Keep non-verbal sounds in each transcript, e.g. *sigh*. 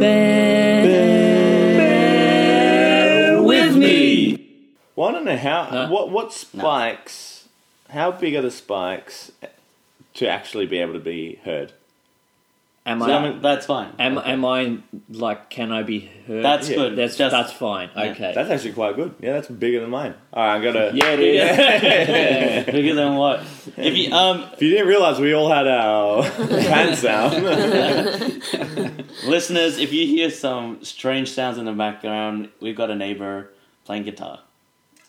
Bear, with me. Well, I don't know how. Huh? What what spikes? How big are the spikes to actually be able to be heard? Am So, I? I mean, that's fine. am, am I like? Can I be heard? That's Yeah, good. That's Just- that's fine. Okay. That's actually quite good. Yeah, that's bigger than mine. All right, I'm gonna. yeah, it is. bigger than what? If you um If you didn't realize, we all had our pants down. listeners, if you hear some strange sounds in the background, we've got a neighbor playing guitar.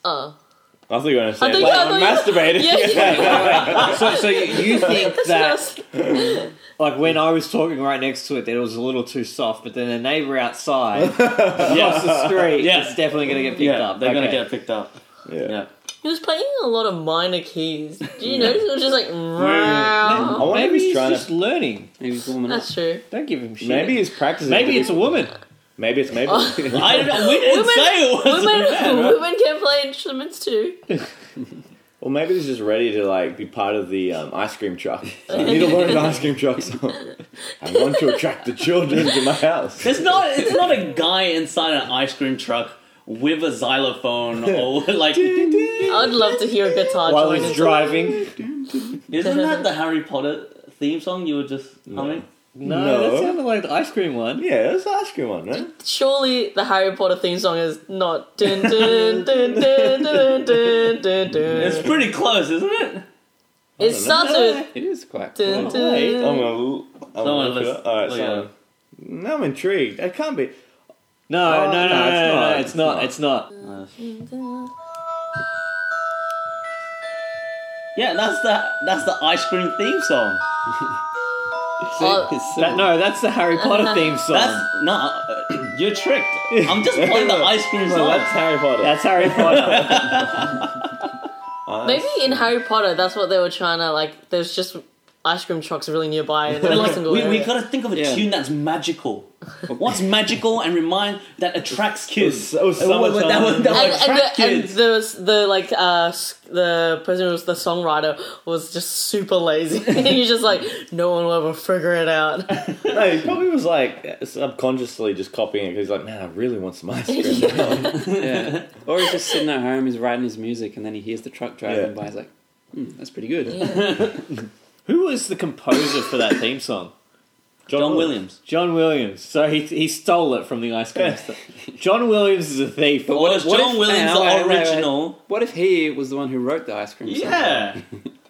Oh. *laughs* I thought you were gonna say I thought- like, I thought I'm you- masturbating. Yeah, yeah. *laughs* *laughs* so, so you, you think That's what I that was- *laughs* like when I was talking right next to it, that it was a little too soft, but then a neighbor outside across the street Yeah. is definitely going to get picked Yeah, up. they're gonna Okay. get picked up. *laughs* Yeah. Yeah. He was playing a lot of minor keys. Did you notice? It was just like. wow. I wonder if Maybe he's he's trying just to. learning. Maybe he's warming That's true. Don't give him shit. Maybe he's practicing. maybe it's a woman. Maybe it's *laughs* maybe. *laughs* I don't know. We didn't Women- say it was Women, a *laughs* man, right? women can play instruments too. Well, maybe he's just ready to like be part of the um, ice cream truck. I need to learn an ice cream truck song. I want to attract the children to my house. It's not. It's not a guy inside an ice cream truck with a xylophone or like. isn't I'd love to hear a guitar While join he's into- driving. that the Harry Potter theme song you were just humming? No, No. that sounded like the ice cream one. Yeah, that's the ice cream one, right? Surely the Harry Potter theme song is not. Dun, dun, dun, dun, dun, dun, dun, It's dun. pretty close, isn't it? It starts with. It is quite Dun, cool. dun. Wait. I'm gonna. I'm Someone gonna look it let's up. All right, look it someone. up. Now I'm intrigued. It can't be. No, Oh, no, no, no, no, it's no, not. no, it's not. It's not. um, Yeah, that's the that's the ice cream theme *laughs* song. Oh, That, no, that's the Harry Potter theme song. That's That's, no, uh, *clears throat* you're tricked. I'm just playing the ice *laughs* cream No, *gasps* song. that's Harry Potter. Harry Potter. Uh, maybe in Harry Potter, that's what they were trying to like. There's just ice cream trucks really nearby. In *laughs* every Like, single we, we area. gotta think of a Yeah. tune that's *laughs* magical. What's magical and remind that attracts kids? It was That would- that *laughs* would- that and, would and, attract the, and kids. the, the like uh s- the person who was the songwriter was just super lazy. *laughs* He's just like no one will ever figure it out. No, he probably was like subconsciously just copying it because he's like, man, I really want some ice cream. Yeah. *laughs* Or he's just sitting at home, he's writing his music, and then he hears the truck driving Yeah. by. He's like, hmm, that's pretty good. Who was the composer for that theme song? "Oh." John Williams. John Williams. So he, he stole it from the ice cream. *laughs* stand. John Williams is a thief. What is what John if- Williams hang on, the wait, wait, wait. original? What if he was the one who wrote the ice cream song? Yeah,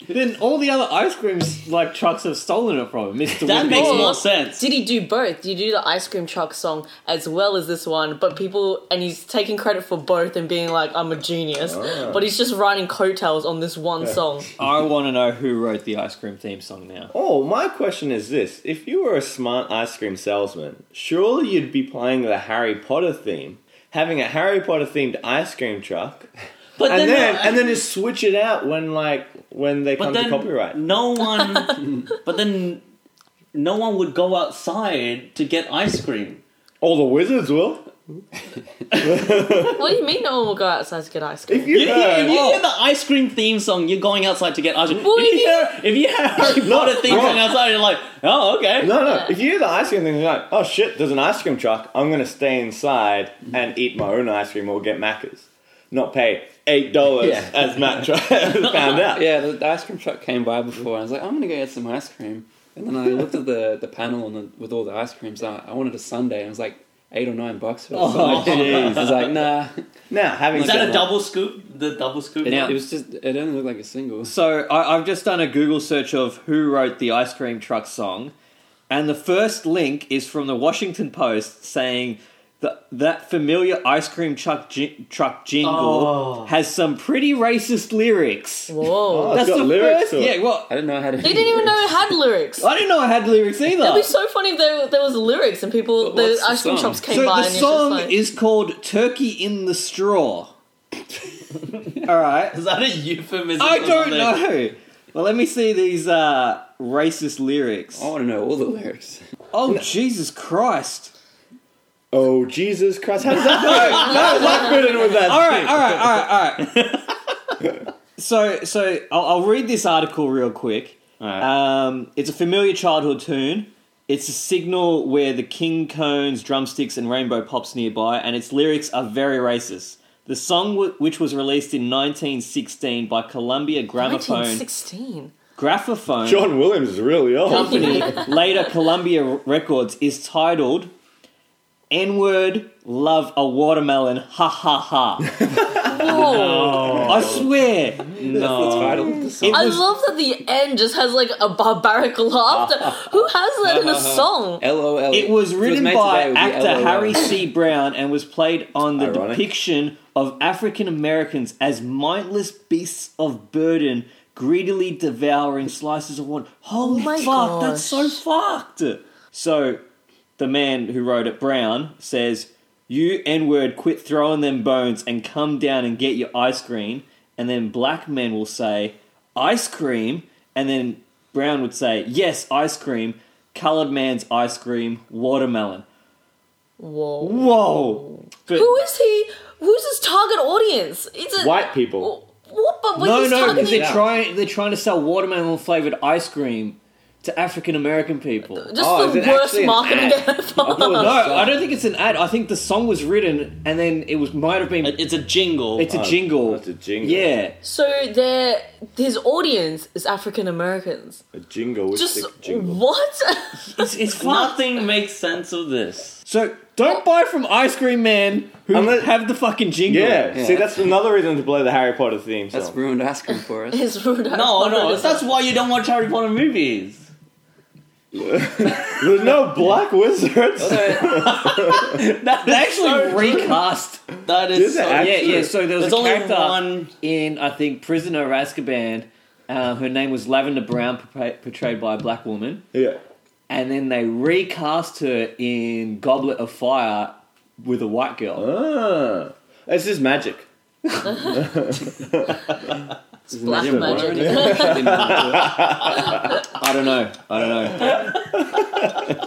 Then all the other ice cream like trucks have stolen it from him. Mr. that Williams. makes Or- more sense. *laughs* Did he do both? Did he do the ice cream truck song as well as this one? But people and he's taking credit for both and being like, I'm a genius. Oh. But he's just riding coattails on this *laughs* one song. I want to know who wrote the ice cream theme song now. Oh, my question is this: If you were a smart ice cream salesman, surely you'd be playing the Harry Potter theme, having a Harry Potter themed ice cream truck, But and then no, and then just switch it out when like when they come but to then copyright. *laughs* no one. but then no one would go outside to get ice cream. All the wizards will. what do you mean no one will go outside to get ice cream? If you, If you, heard- if you oh, hear the ice cream theme song, you're going outside to get ice *laughs* cream. Well, if, you if you- hear, if you hear Harry No, Potter theme no. song outside, you're like, oh, *laughs* okay. no, no. If you hear the ice cream thing, you're like, oh shit, there's an ice cream truck. I'm gonna stay inside and eat my own ice cream or get Macca's, not pay eight dollars Yeah. as Matt tri- *laughs* found *laughs* out. Yeah, the, the ice cream truck came by before, and I was like, I'm going to go get some ice cream. And then I looked at the, the panel and the, with all the ice creams. I, I wanted a Sunday, and it was like eight or nine bucks for a Sunday. I was like, nah. Oh, Now, having Is that said a double scoop? The double scoop? It, Now- it was just, it didn't look like a single. So I, I've just done a Google search of who wrote the ice cream truck song, and the first link is from the Washington Post saying that that familiar ice cream truck ji- truck jingle Oh. has some pretty racist lyrics. Whoa. Oh. it's got lyrics to it. Yeah, well, I didn't know how to. They didn't even know it had lyrics. I didn't know it had lyrics either. It'd be so funny if there, there was lyrics and people, But the what's the ice cream song? shops came so by the and it's song just like, is called "Turkey in *laughs* the Straw." All right, Is that a euphemism? I or don't something? know. Well, let me see these uh, racist lyrics. I want to know all the lyrics. Oh Jesus Christ! Oh Jesus Christ! How does that *laughs* go? How does that fit in with that? all right, all right, all right, all right. *laughs* so, so I'll, I'll read this article real quick. Alright. Um, it's a familiar childhood tune. It's a signal where the king cones, drumsticks, and rainbow pops nearby, and its lyrics are very racist. The song, w- which was released in 1916 by Columbia Gramophone, 1916. Graphophone John Williams is really old. Company, later Columbia Records, is titled "N Word Love a Watermelon." Ha ha ha! Oh, Whoa. I swear, That's the no. title of the song. I love that the end just has like a barbaric *laughs* laughter. Who has that in a song? LOL. It was If written made today, by it would be actor LOL. Harry C. Brown and was played on the Ironic. depiction of African Americans as mindless beasts of burden, greedily devouring slices of one. Holy Oh my fuck, that's so gosh. fucked. So, the man who wrote it, Brown, says, "You N word, quit throwing them bones and come down and get your ice cream." And then black men will say, "Ice cream," and then Brown would say, "Yes, ice cream." Colored man's ice cream, watermelon. Whoa. Whoa! But- Who is he? Who's his target audience? It's a, White people. What? But when no, he's no, because targeting, they're trying. They're trying to sell watermelon flavored ice cream to African American people. just Oh, is the it worst actually an marketing *laughs* ad? ever. No, I don't think it's an ad. I think the song was written, and then it was might have been. It's a jingle. It's a Oh, jingle. that's a jingle. Yeah. So their his audience is African Americans. A jingle. With Just the jingle. what? *laughs* It's, it's fucked. Nothing makes sense of this. So don't buy from Ice Cream Man who Unless- have the fucking jingle. Yeah. Yeah. See, that's another reason to blow the Harry Potter theme song. That's ruined ice cream *laughs* for us. His rude No, no, accent. that's why you don't watch Harry Potter movies. There's no black wizards. *laughs* They actually recast. That Did is they so- actually? yeah, yeah. So there was There's a only character one. in I think Prisoner of Azkaban. Uh, her name was Lavender Brown, portray- portrayed by a black woman. yeah. and then they recast her in Goblet of Fire with a white girl. Ah. It's just magic. It's black magic. I don't know. I don't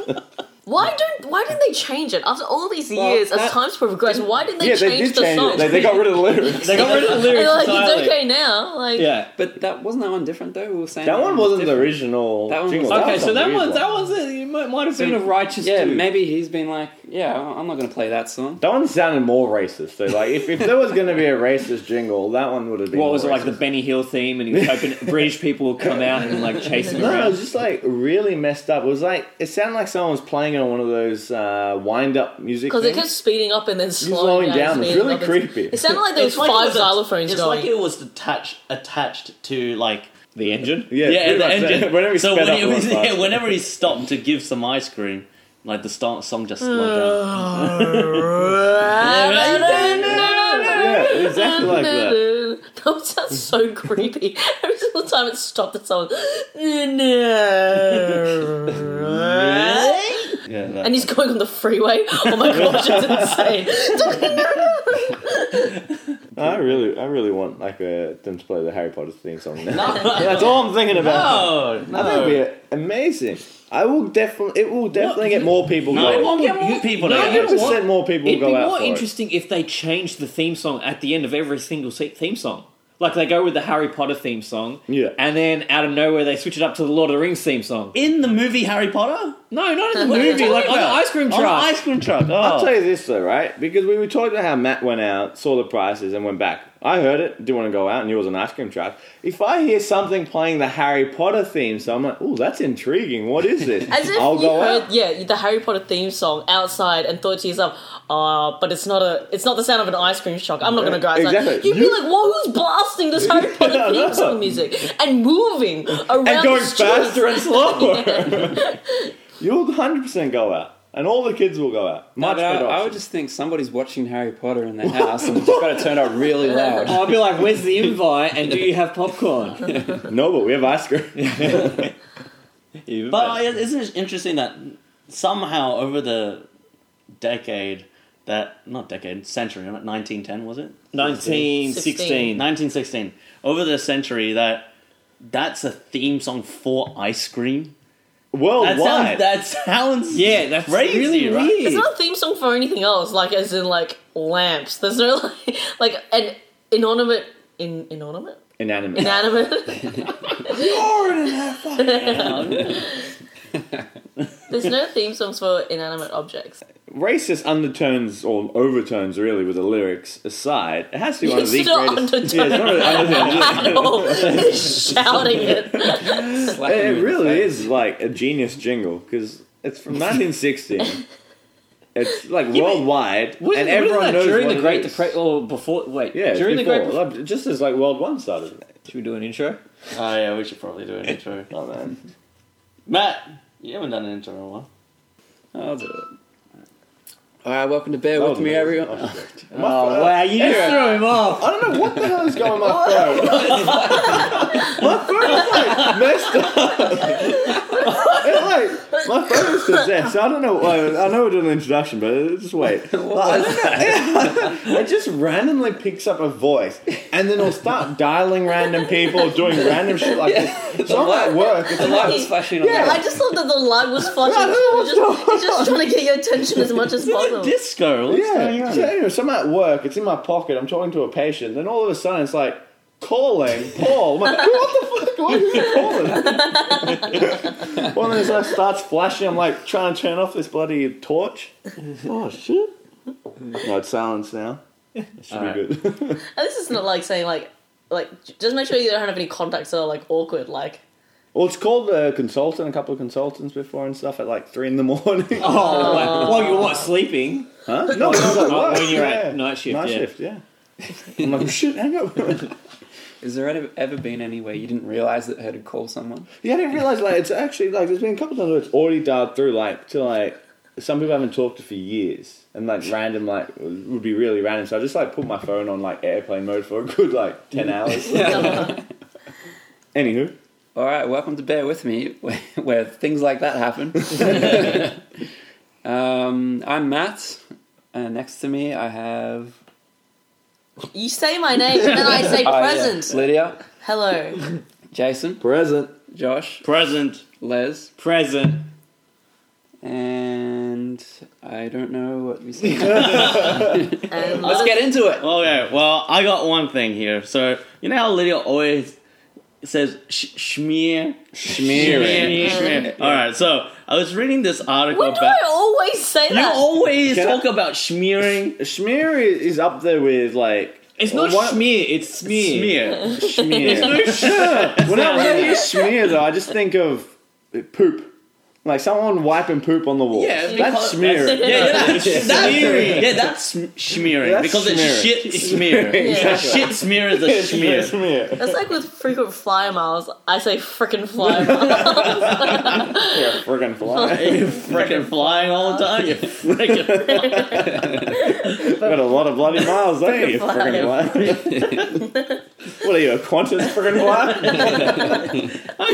know. Why don't? Why didn't they change it after all these Well, years? that- as time's progressed, why didn't they yeah, they change did the change song? it. They, they got rid of the lyrics. They got rid of the They're lyrics *laughs* like, entirely. it's okay now. Like, Yeah. But that wasn't that one different though. We were saying that one wasn't the different. original That one jingle. was- Okay, was so a that weird one's that one's it might, might have been a righteous Yeah, dude. maybe he's been like, yeah, I'm not gonna play that song. That one sounded more racist. So, like, if, if there was going to be a racist jingle, that one would have been. What was it more like the racist. Benny Hill theme, and he was hoping British people will come out and like chase *laughs* him No, it around. was just like really messed up. It was like it sounded like someone was playing on one of those uh, wind-up music. Because it things. kept speeding up and then slowing slowing, down. It's speeding really up. creepy. It sounded like there was it five was a- xylophones It's going. like it was detached, attached to like The engine. yeah, yeah, pretty and the much. engine. Whenever he so sped when up, he it was, was like- yeah, whenever he stopped to give some ice cream, like the start, song just slowed *laughs* Uh. down. *laughs* yeah, exactly like that. That *laughs* sounds so creepy. Every single time it stopped, it's someone. *laughs* and Yeah, that- he's going on the freeway. Oh my gosh, it's insane. I really, I really want like uh, them to play the Harry Potter theme song. Now. *laughs* That's all I'm thinking about. no, no. That would be amazing. I will definitely, it will definitely get more people. No, it going. won't get more people. no, to you go. won't. 100% more people It'd will be go out more for it. interesting if they changed the theme song at the end of every single se- theme song. Like they go with the Harry Potter theme song, Yeah. and then out of nowhere they switch it up to the Lord of the Rings theme song. in the movie Harry Potter. No, not in the What are you movie. Like talking on the about? ice cream On truck. the ice cream truck. Oh. I'll tell you this though, right? Because we were talking about how Matt went out, saw the prices, and went back. I heard it, didn't want to go out, and it was an ice cream truck. If I hear something playing the Harry Potter theme, so I'm like, oh, that's intriguing. What is this? As if I'll you go heard, out. yeah, the Harry Potter theme song outside and thought to yourself, "Ah, but it's not a, it's not the sound of an ice cream truck. I'm not gonna go outside." Exactly. You'd You- be like, "Well, who's blasting this *laughs* Harry Potter theme song music and moving around And going the streets?" faster *laughs* and slower. *laughs* You'll 100% go out. And all the kids will go out. No, Much but I, better. I would just think somebody's watching Harry Potter in their house and just got to turn up really loud. I'll be like, "Where's the invite? And do you have popcorn?" No, but we have ice *laughs* cream. Even But better. it- isn't it interesting that somehow over the decade that not decade century, nineteen ten was it? 1916. 1916 over the century that that's a theme song for ice cream that Worldwide. sounds that sounds Yeah, that's Crazy, really right? weird. It's not a theme song for anything else, like as in like lamps. There's no *laughs* like, like an inanimate, in inanimate, *laughs* Inanimate. inanimate. yeah. *laughs* There's no theme songs for inanimate *laughs* objects. Racist undertones or overtones, really, with the lyrics aside, it has to be one of It's the not greatest. undertone Yeah, it's not really *laughs* undertones. at all. He's shouting it. *laughs* Slap him It, in it the really face. is like a genius jingle because it's from 1960. it's like but- worldwide, and everyone that knows during what the Great it is. Depression or before? Wait, Yeah, it's during the Great. before. Depre- Like, just as like World One started. Should we do an intro? *laughs* Oh yeah, we should probably do an intro. Oh man, Matt, you haven't done an intro in a while. I'll do it. All right, welcome to Bear with Me, everyone. Oh wow, you just threw him off. I don't know what the hell is going on my phone. my phone is like messed up. It's like my phone is possessed. I don't know. Well, I know we're doing an introduction, but just wait. Like, I don't know. it just randomly picks up a voice, and then it'll start dialing random people, doing random shit like this. So I'm at work. It's The like, light was flashing on Yeah, the I just thought that the light was flashing. I don't know what's He's just, he's just trying to get your attention as much as possible. Disco. What's going yeah. on? So anyway, so I'm at work. It's in my pocket. I'm talking to a patient, and all of a sudden it's like calling Paul. I'm like, what the fuck? Why are you calling? *laughs* One of those like, starts flashing. I'm like trying to turn off this bloody torch. Oh shit! No, it's silence now. It should Alright. be good. *laughs* And this is not like saying like like j- just make sure you don't have any contacts that are like awkward. Like well, it's called a consultant. A couple of consultants before and stuff at like three in the morning. Oh, wow. well, you're what sleeping? Huh? No, it was at Oh, work. when you're at yeah. night shift, Night yeah. shift, yeah. I'm like, shit, hang *laughs* up. Is there ever, ever been any way you didn't realize that her to call someone? Yeah, I didn't realize like it's actually like there's been a couple times where it's already dialed through like to like some people I haven't talked to for years and like random like would be really random. So I just like put my phone on like airplane mode for a good like *laughs* ten hours. Anywho, All right, welcome to Bear with Me, *laughs* where, where things like that happen. *laughs* um, I'm Matt, and next to me I have you say my name and then I say *laughs* Oh, yeah. present. Lydia, Hello. Jason, present. Josh, Present. Les, Present. and I don't know what we said. And Let's get into it. Okay, well, I got one thing here. So, you know how Lydia always says sh- schmear? Schmearing. Schmear. Alright, so I was reading this article When do about. I always say You that? always Can I- talk about schmearing. Schmear is, is up there with like It's not What- schmear. It's smear. Smear. schmear. when, I, when I hear schmear though, I just think of uh, poop. Like someone wiping poop on the wall. Yeah, it's that's because- smearing. Yeah, yeah, that's, It's that's- smearing. yeah, that's sm- schmearing That's because it's schmearing. shit smear. Yeah. A shit smear *laughs* is a schmear. Schmear. *laughs* That's like with frequent flyer miles. I say frickin' *laughs* flyer miles. Yeah, friggin' fly. *laughs* You're freaking flying all the time. You're freaking Got a lot of bloody miles, eh? don't you? Freaking Freaking fly. what are you, a Qantas freaking *laughs* fly? How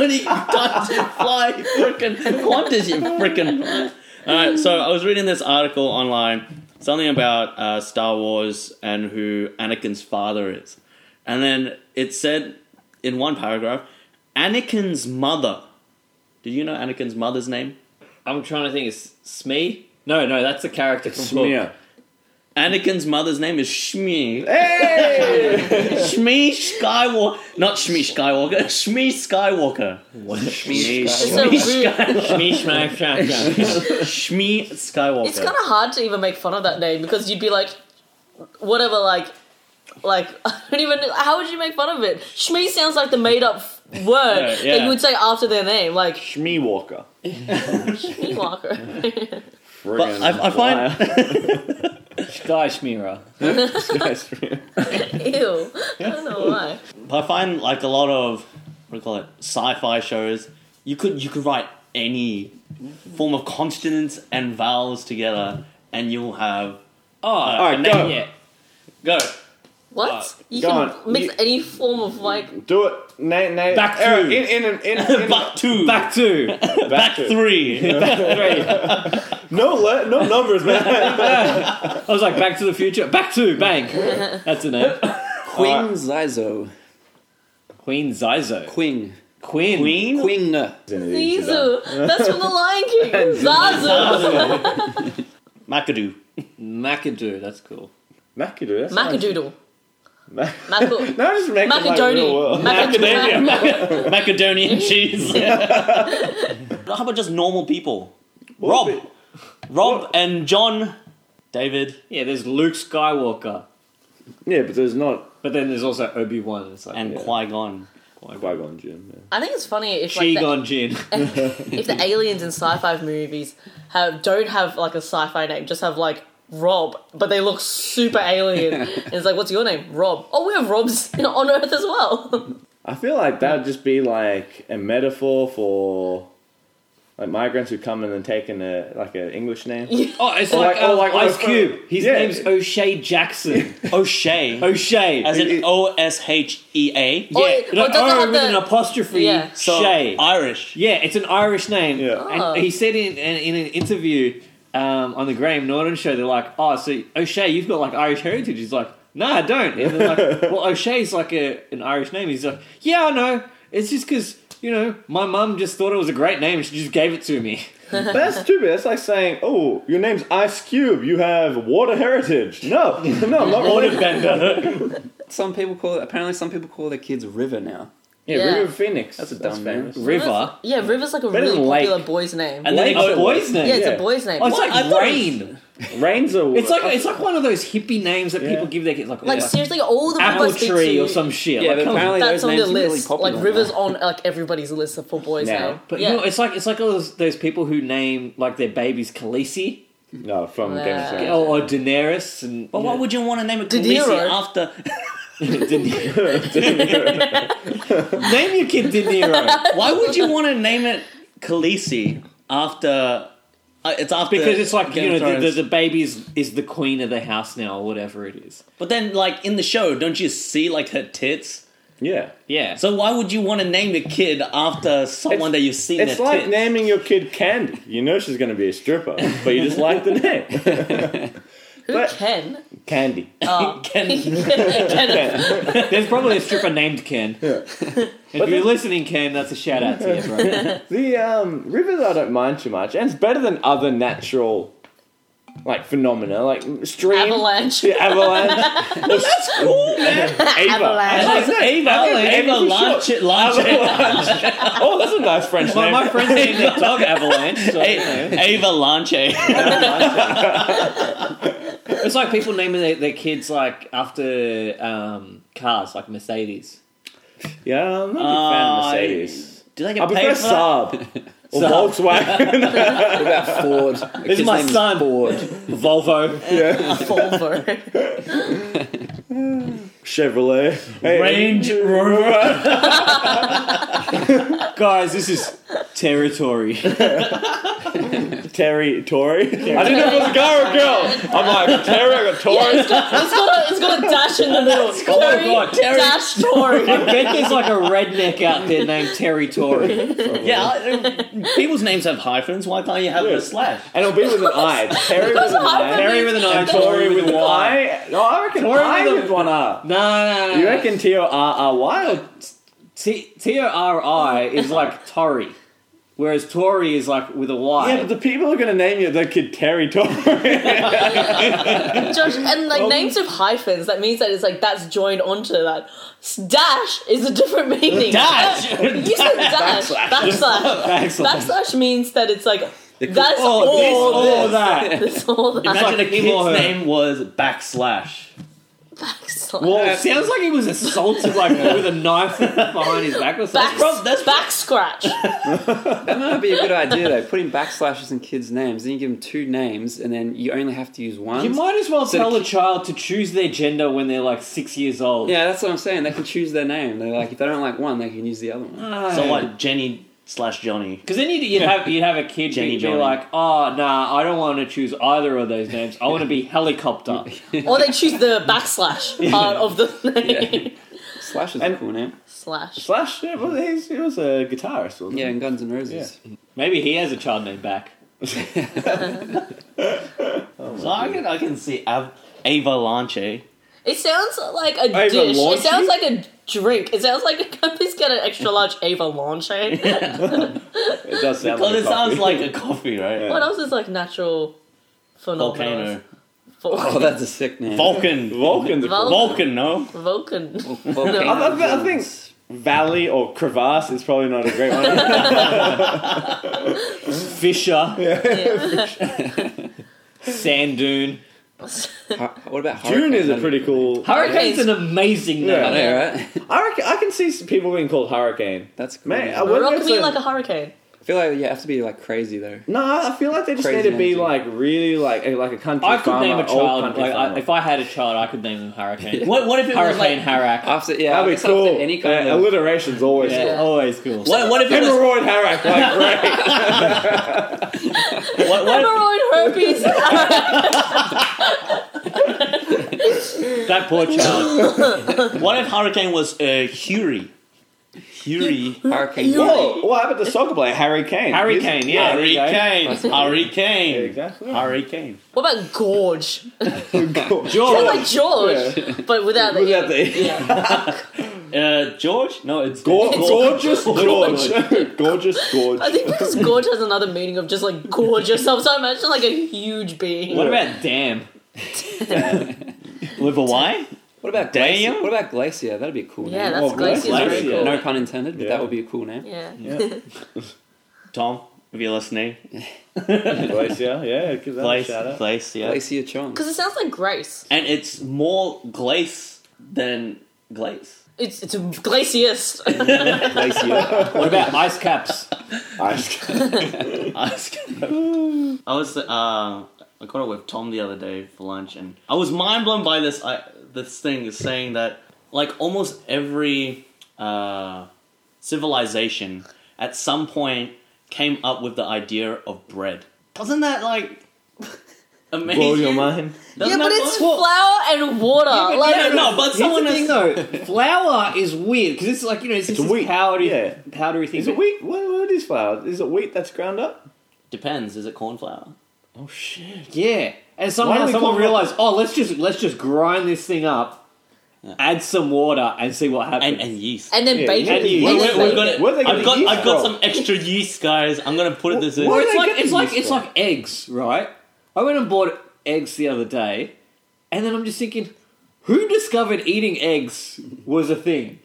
many times you fly freaking Qantas, you freaking. Alright, so I was reading this article online, something about uh, Star Wars and who Anakin's father is. And then it said in one paragraph Anakin's mother. Do you know Anakin's mother's name? I'm trying to think. It's Smee? No, no, that's the character from Smear. Anakin's mother's name is Shmi. Hey! *laughs* Shmi Skywalker. Not Shmi Skywalker. Shmi Skywalker. Book. It's so Shmi weird. Skywalker. Shmee, shmack, shmack, shmack. *laughs* Shmi Skywalker. It's kind of hard to even make fun of that name because you'd be like, whatever, like, like *laughs* I don't even. How would you make fun of it? Shmee sounds like the *laughs* made up word that yeah. you would say after their name, like Shmee Walker. Shmee Walker. Friggin' I- I find- fly. *laughs* Sky Shmearer. Guys, Shmear. *laughs* Ew. I don't know why. *laughs* I find like a lot of what do you call it sci-fi shows. You could you could write any form of consonants and vowels together, and you'll have Oh, all right, go. Yeah. go What? You Uh, go can on. mix You- any form of like. Do it. Nate, Nate. Back Eric, two. In, in, *laughs* in, in, in, back two, Back two. back, two. three. *laughs* Three. No, le- no numbers, *laughs* man. I was like, Back to the Future. Back two. Bang. That's the name. Queen Zizo. Queen Zizo. Queen. Queen. Queen. Queen. Zizu. That's from *laughs* The Lion King. Zazu. Macadoo. Macadoo. That's cool. Macadoo. That's nice. Macadoodle. Maca- *laughs* No, just make it like Macadoni. real world. Macadamia, Macadamia. mac- macadonian *laughs* cheese. How about just normal people? *laughs* Rob, Rob, and John, David, Yeah, there's Luke Skywalker, Yeah, but there's not but then there's also Obi Wan. It's like and yeah. Qui Gon. Qui Gon Jinn. Yeah. *laughs* I think it's funny if like, the, Qui-Gon Jinn. if the aliens in sci-fi movies have don't have like a sci-fi name, just have like Rob, but they look super *laughs* alien. and it's like, what's your name, Rob? Oh, we have Robs *laughs* on Earth as well. I feel like that would just be like a metaphor for like migrants who come in and take in a like an English name. Oh, it's Or like- like, or um, like- or Ice like- Cube. His Yeah. name's O'Shea Jackson. O'Shea, O'Shea. as It- in it- O S H E A. yeah, Or it- or like, it doesn't O have with the- an apostrophe. Yeah. So Shea. Irish. yeah, it's an Irish name. Yeah. Oh. And he said in, in, in an interview um, on the Graham Norton show, they're like, "Oh, so O'Shea, you've got like Irish heritage." He's like, "No, I don't." And they're like, "Well, O'Shea's like a, an Irish name." He's like, "Yeah, I know. It's just because." You know, my mum just thought it was a great name. She just gave it to me. *laughs* But that's stupid. That's like saying, "Oh, your name's Ice Cube. You have water heritage." No, *laughs* no, *laughs* I'm not water. Waterbender. Some people call it, apparently some people call their kids River now. Yeah, Yeah. River Phoenix. That's a dumb name. famous. River. yeah, River's like a Better really than Lake. popular boy's name. And then they It's a go, boy's name. yeah, it's yeah. a boy's name. Oh, it's What? I like thought it was- rain. *laughs* Rains are. It's like it's like one of those hippie names that Yeah. people give their kids, like, Like like seriously, all the people I apple speak tree to- or some shit. Yeah, like, but come on. apparently That's those on names the are really list. popular. like now. Rivers on like everybody's list for boys Now. now. But yeah. you know, it's like it's like all those, those people who name like their babies Khaleesi no from Game of Yeah. Thrones. or, or Daenerys and. But why would you want to name it De Khaleesi Niro. after? *laughs* name your kid De Niro? *laughs* Why would you want to name it Khaleesi after? Uh, it's after because it's like Game you of know the, Thrones. the, the baby is, is the queen of the house now or whatever it is. But then, like in the show, don't you see like her tits? *laughs* Yeah, Yeah. So why would you want to name your kid after someone It's- that you've seen? it's their like tits? naming your kid Candy. You know she's going to be a stripper, but you just like the name Who but- Ken? Candy. Oh. *laughs* *laughs* Ken. Ken. There's probably a stripper named Ken. If you're listening, Ken, that's a shout out to you, bro. The um, rivers I don't mind too much, and it's better than other natural like phenomena, like stream Avalanche. *laughs* Yeah, *laughs* avalanche. well, that's cool, man. Ava. Avalanche. *laughs* I like that. Ava, I like Ava, for launch *laughs* sure. it, launch it. Avalanche. Oh, that's a nice French my, name. *laughs* my friend named their dog Avalanche. So, you know. A- Ava Lanche. It's like people naming their, their kids like after um, cars, like Mercedes. yeah, I'm not a big fan of Uh, Mercedes. Do they I, get prefer paid for that? Saab or Volkswagen. *laughs* Ford. This is my son, Volvo. Volvo. Chevrolet. Hey, Range Rover. Guys, this is territory. Terry Tory. I didn't know if it was a guy or a girl. I'm like, Terry, I got Tory. It's got, it's got a, it's got a dash in the middle. *laughs* Oh my Terry God, Terry. dash Tory. *laughs* I bet there's like a redneck out there named Territory. Yeah, I- people's names have hyphens. Why can't you have a Yeah. slash? And it'll be with an I. *laughs* Terry with an I. *laughs* Terry with an I, And Tory with an Y. I. No, I reckon Tory I with a- with one R. No, no, no, no. You reckon T O R R Y or T T O R I is like Tory, whereas Tory is like with a Y. Yeah, but the people are going to name you their kid Terry *laughs* Tory. Josh, and Oh. like names of hyphens, that means that it's like that's joined onto that. S- Dash is a different *laughs* meaning. Dash! You said dash. Backslash. Backslash. Excellent. Backslash means that it's like that's Oh, all this, all this. *laughs* that. That's all that. Imagine like the him kid's or her. name was backslash. backslash. Well, it sounds like he was assaulted *laughs* like with a knife behind his back or something. back, prob- that's- back scratch. That might be a good idea though. Putting backslashes in kids' names, then you give them two names, and then you only have to use one. You might as well So tell the a child to choose their gender when they're like six years old. yeah, that's what I'm saying. They can choose their name. They're like, if they don't like one, they can use the other one. So like Jenny slash Johnny. Because then you'd, you'd have you'd have a kid Jenny be, be Johnny. like, oh nah, I don't want to choose either of those names. I want *laughs* to be helicopter. or they choose the backslash part of the name. Slash is a And- cool name. *laughs* Slash. Slash, yeah, well, he's, he was a guitarist, wasn't Yeah, he? and Guns N' Roses. Maybe he has a child named Back. So I can I can see Av- Ava Lanche. It sounds like a Ava dish. Lanche? It sounds like a drink. It sounds like can I please get an extra large avalanche. It does sound Well, like it a coffee. sounds like a coffee, right? what else is like natural phenomena? Volcano. Oh, Vulcan. that's a sick name. Vulcan. Vulcan's a Vul- Vulcan, no? *laughs* Vulcan. Vulcan. I, I- I think valley or crevasse is probably not a great *laughs* one. Fisher, *laughs* Yeah. sand dune. Hu- What about June is a Hurricane? pretty cool. Hurricane's an amazing name. I know, right? *laughs* I reckon, I can see s- people being called hurricane. That's cool. Mate, I I would- Rock me like a hurricane. feel like you have to be like crazy though. No, I I feel like they just Crazy need to be energy. like really like a, like a country. I could farmer, name a old child. country Like, I, farmer. if I had a child, I could name them Hurricane. *laughs* Yeah. What, what if it Hurricane was like... Harak. After yeah, That'd be it's up to cool. Any kind Yeah, of alliteration's always Yeah, Yeah. always cool. What, what if *laughs* cool. it was... Hemorrhoid *laughs* Harak, like great. What, what, Hemorrhoid herpes. That poor child. what if Hurricane was uh, Hury? Hury. hurricane. Whoa, what happened to soccer player Harry Kane? Harry He's- Kane, yeah. there you go. Hurricane. Yeah, *laughs* Hurricane. exactly. Hurricane. what about gorge? George. Sounds like George, but without the. Without E. the E. Yeah. Uh, George? No, it's... Gor- it's- gorgeous George. *laughs* gorgeous George. I think because gorge has another meaning of just like gorgeous. So I imagine like a huge being. What about damn? With a Y? What about Damn. glacier? What about glacier? That'd be a cool Yeah, name. that's Oh, glacier. Glacier. Very cool. No pun intended, but Yeah. that would be a cool name. Yeah. Yeah. Tom, if you're listening. Glacier, yeah, give that Place, a shout out. place, yeah. Glacier Chong. Because it sounds like grace. And it's more glace than glace. It's it's glaciest. *laughs* Glacier. What about ice caps? Ice- *laughs* I was, I was uh, I caught up with Tom the other day for lunch, and I was mind blown by this. I this thing is saying that like almost every uh, civilization at some point came up with the idea of bread. Doesn't *laughs* that like amazing? Blow your mind. yeah, Doesn't but that it's blow- flour and water. like yeah, no, but Here's someone the thing has, though, *laughs* flour is weird because it's like you know it's, just this wheat, powdery, yeah. powdery thing. Is it wheat? What, what is flour? Is it wheat that's ground up? depends. Is it corn flour? Oh shit! Yeah, and Why do somehow we someone call it- realized, oh, let's just let's just grind this thing up, add some water, and see what happens. And, and yeast. And then Yeah, bacon. and you- And Wait, then wait, we've bacon. got Where'd they get I've the got, yeast I've got from? some extra yeast, guys. I'm gonna put it this in. or Where do it's they like get it's these like it's from? like eggs, right? I went and bought eggs the other day, and then I'm just thinking, who discovered eating eggs was a thing,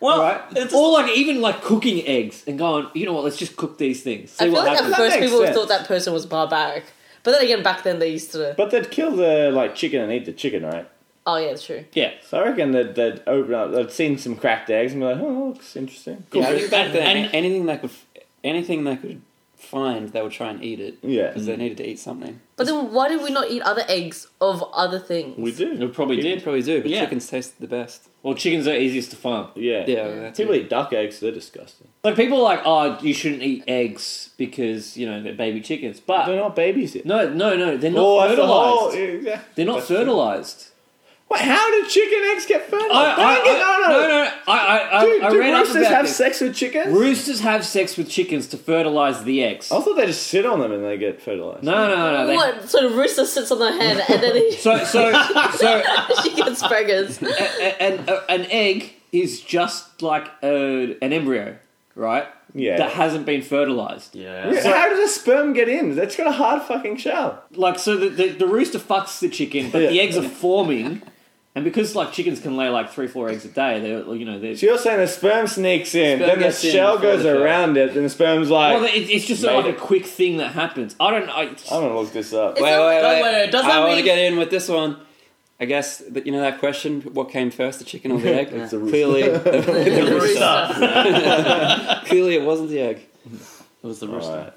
Well, right? it's or like even like cooking eggs and going, you know what? Let's just cook these things. See I feel what like happens. at first makes people sense. thought that person was barbaric. But then again, back then they used to. But they'd kill the like chicken and eat the chicken, right? Oh yeah, it's true. yeah. So I reckon that they'd open up. They'd seen some cracked eggs and be like, "Oh, looks interesting." Yeah, I think back And- then and- anything they could, anything they could find, they would try and eat it Yeah, because they needed to eat something. But then why did we not eat other eggs of other things? we It do. probably They did. probably do, but Yeah. chickens taste the best. Well, chickens are easiest to farm. Yeah, Yeah, that's People eat duck eggs. They're disgusting. Like people are like, oh, you shouldn't eat eggs because you know they're baby chickens. They're But not babies yet. Uh, no, no, no, they're not oh, that's the whole. fertilized. Yeah. They're not That's true. fertilized. Wait, how did chicken eggs get fertilized? I, I, Oh, Don't get- I, no, no, no, I, I, I, Dude, I do read up roosters about have this. sex with chickens? Roosters have sex with chickens to fertilize the eggs. I thought they just sit on them and they get fertilized. No, no, no, no. they- What? So the rooster sits on the head and then he, *laughs* So, so, so, she gets pregnant. an, an egg is just like a, an embryo, right? Yeah. That hasn't been fertilized. yeah. Yeah, how does a sperm get in? That's got a hard fucking shell. Like, so the, the, the rooster fucks the chicken, but the Yeah. eggs are forming. And because, like, chickens can lay, like, three, four eggs a day, they're, you know, they're... So you're saying the sperm sneaks in, Sperm then the gets in shell before goes the shell. around it, and the sperm's like, Well, it, it's just Made like a it. quick thing that happens. I don't... I, I'm gonna look this up. It's Wait, not- wait, don't wait! worry, does I that want to mean- get in with this one. I guess that you know that question: what came first, the chicken or *laughs* the egg? It's the rooster. *laughs* clearly, The rooster. clearly it wasn't the egg. It was the All rooster. right.